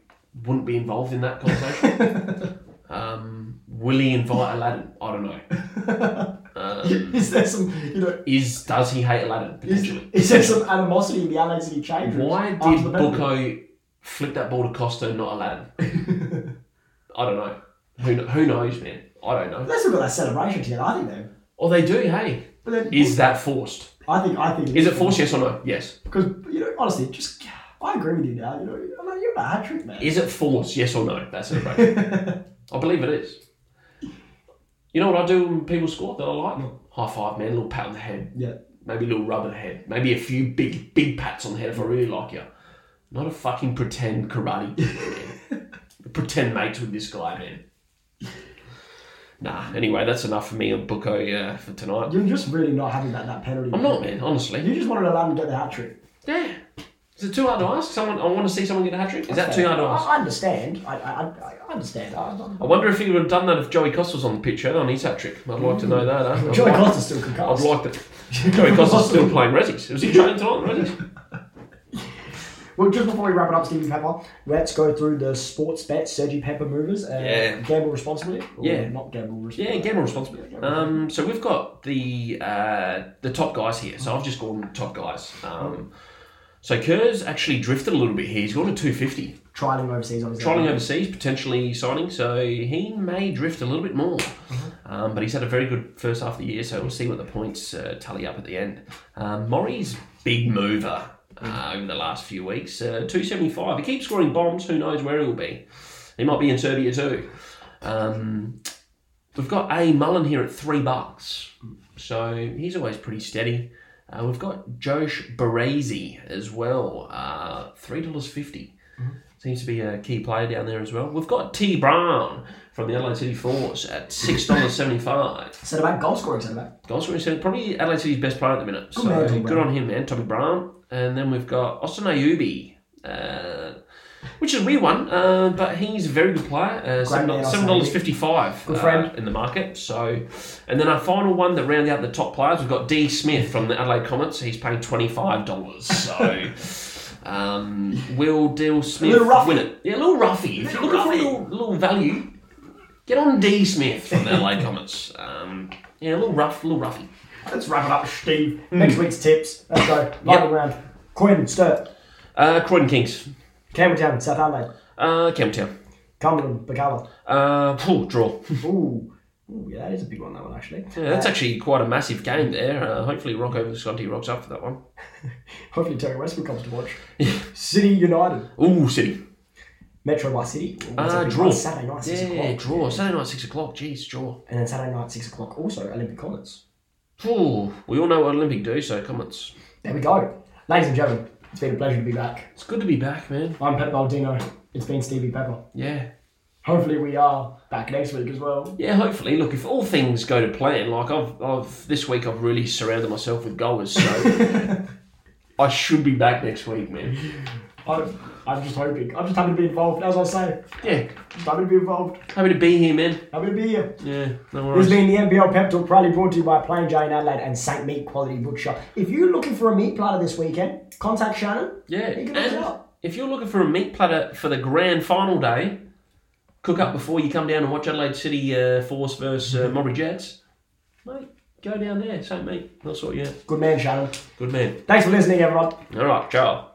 S2: wouldn't be involved in that conversation. um, will he invite Aladdin? I don't know. Um,
S1: Is there some, you know,
S2: is does he hate Aladdin
S1: is,
S2: potentially?
S1: is there some animosity in the Adelaide City change? rooms
S2: Why did
S1: after the penalty?
S2: Bucco flip that ball to Costa, not Aladdin? I don't know. Who, kn- who knows, man? I don't know.
S1: They still got that celebration together, I think, though.
S2: Or they do, hey.
S1: But then,
S2: Is that forced?
S1: I think, I think,
S2: Is it forced, yes or no? Yes.
S1: Because you know, honestly, just I agree with you now. You know, I mean, you're a hat trick man.
S2: Is it forced, yes or no? That's celebration. I believe it is. You know what I do when people score that I like? High five, man. A little pat on the head.
S1: yeah,
S2: Maybe a little rub of the head. Maybe a few big, big pats on the head if I really like you. Not a fucking pretend karate. man. pretend mates with this guy, man. Nah, anyway, that's enough for me on Bucco uh, for tonight.
S1: you're just really not happy about that penalty.
S2: I'm not, man, honestly.
S1: You just wanted to allow him to get the hat trick.
S2: Yeah. Is it too hard to ask? Someone, I want to see someone get a hat trick. Is that too hard to ask?
S1: I, I understand. I, I, I- I understand. I, I,
S2: I wonder if he would have done that if Joey Costa was on the pitch eh, on his hat trick. I'd like to know that. Eh? I'd
S1: Joey
S2: like-
S1: Costa still can
S2: I'd
S1: cast.
S2: like to. Joey Costa's still playing Rezzies. Was he training tonight, Rezzies?
S1: Well, just before we wrap it up, Stevie Pepper, let's go through the sports bet Sergi Pepper movers and
S2: Yeah.
S1: gamble responsibly. Or
S2: Yeah.
S1: not gamble responsibly.
S2: Yeah, gamble responsibly. Um, so we've got the uh, the top guys here. So I've just gone top guys. Um, so Kerr's actually drifted a little bit here. He's gone to 250.
S1: Trialing overseas, obviously.
S2: Trolling overseas, potentially signing. So he may drift a little bit more. Um, but he's had a very good first half of the year. So we'll see what the points uh, tally up at the end. Um, Murray's big mover uh, over the last few weeks. Uh, 275. He keeps scoring bombs. Who knows where he'll be? He might be in Serbia too. Um, we've got A Mullen here at three bucks, so he's always pretty steady. Uh, we've got Josh Baresi as well, uh, three dollars fifty. Seems to be a key player down there as well. We've got T Brown from the Adelaide City Force at six dollars seventy five.
S1: Centre back, goal scoring centre back.
S2: Goals for himself. Probably Adelaide City's best player at the minute.
S1: Good
S2: so
S1: man, Tommy
S2: good
S1: Brown.
S2: on him, man. Tommy Brown. And then we've got Austin Ayubi, uh, which is a weird one, uh, but he's a very good player. Uh,
S1: Great man, Austin
S2: Seven dollars fifty-five. uh,
S1: Good friend.
S2: in the market. So, and then our final one that round out the top players, we've got D Smith from the Adelaide Comets. He's paying twenty-five dollars. So. Um, will Dill Smith
S1: little rough.
S2: win it? Yeah, a little roughy. If you're looking for a little, little value, get on D Smith from the LA Comets. Um, yeah, a little rough, a little roughy.
S1: Let's wrap it up, Steve.
S2: Hmm.
S1: Next week's tips. Let's go. Lightning round. Quinn, Sturt,
S2: Uh, Croydon Kings.
S1: Campbelltown, South Adelaide,
S2: Uh, Campbelltown.
S1: Cumberland, Bacala.
S2: Uh, phew, draw.
S1: Ooh. Ooh, yeah, that is a big one, that one, actually.
S2: Yeah, that's actually quite a massive game there. Uh, hopefully, Rock over the Scotty rocks up for that one.
S1: Hopefully, Terry Westwood comes to watch. City United,
S2: Ooh, City.
S1: Metro by City. Ooh, that's a
S2: Uh,
S1: big
S2: draw.
S1: one. Saturday night, 6
S2: Yeah,
S1: o'clock.
S2: draw. Saturday night, 6 o'clock. Jeez, draw.
S1: And then Saturday night, 6 o'clock, also Olympic Comets.
S2: Phew, we all know what Olympic do, so comments.
S1: There we go. Ladies and gentlemen, it's been a pleasure to be back.
S2: It's good to be back, man.
S1: I'm Pep Baldino. It's been Stevie Pepper.
S2: Yeah.
S1: Hopefully, we are back next week as well.
S2: Yeah, hopefully. Look, if all things go to plan, like I've, I've this week, I've really surrounded myself with goers, so I should be back next week, man.
S1: I'm, I'm just hoping. I'm just happy to be involved, as I say.
S2: Yeah,
S1: Just happy to be involved.
S2: happy to be here, man.
S1: Happy to be here.
S2: Yeah, no
S1: This has
S2: worries.
S1: been the NBL Pep Talk, proudly brought to you by Plain Jane Adelaide and St. Meat Quality Butcher. If you're looking for a meat platter this weekend, contact Shannon.
S2: Yeah,
S1: He can hook it
S2: and
S1: up.
S2: if you're looking for a meat platter for the grand final day, cook up before you come down and watch Adelaide City uh, Force versus uh, Murray Jets. Mate, go down there, same meat. That's what, yeah.
S1: Good man, Shannon.
S2: Good man.
S1: Thanks for listening, everyone.
S2: All right, ciao.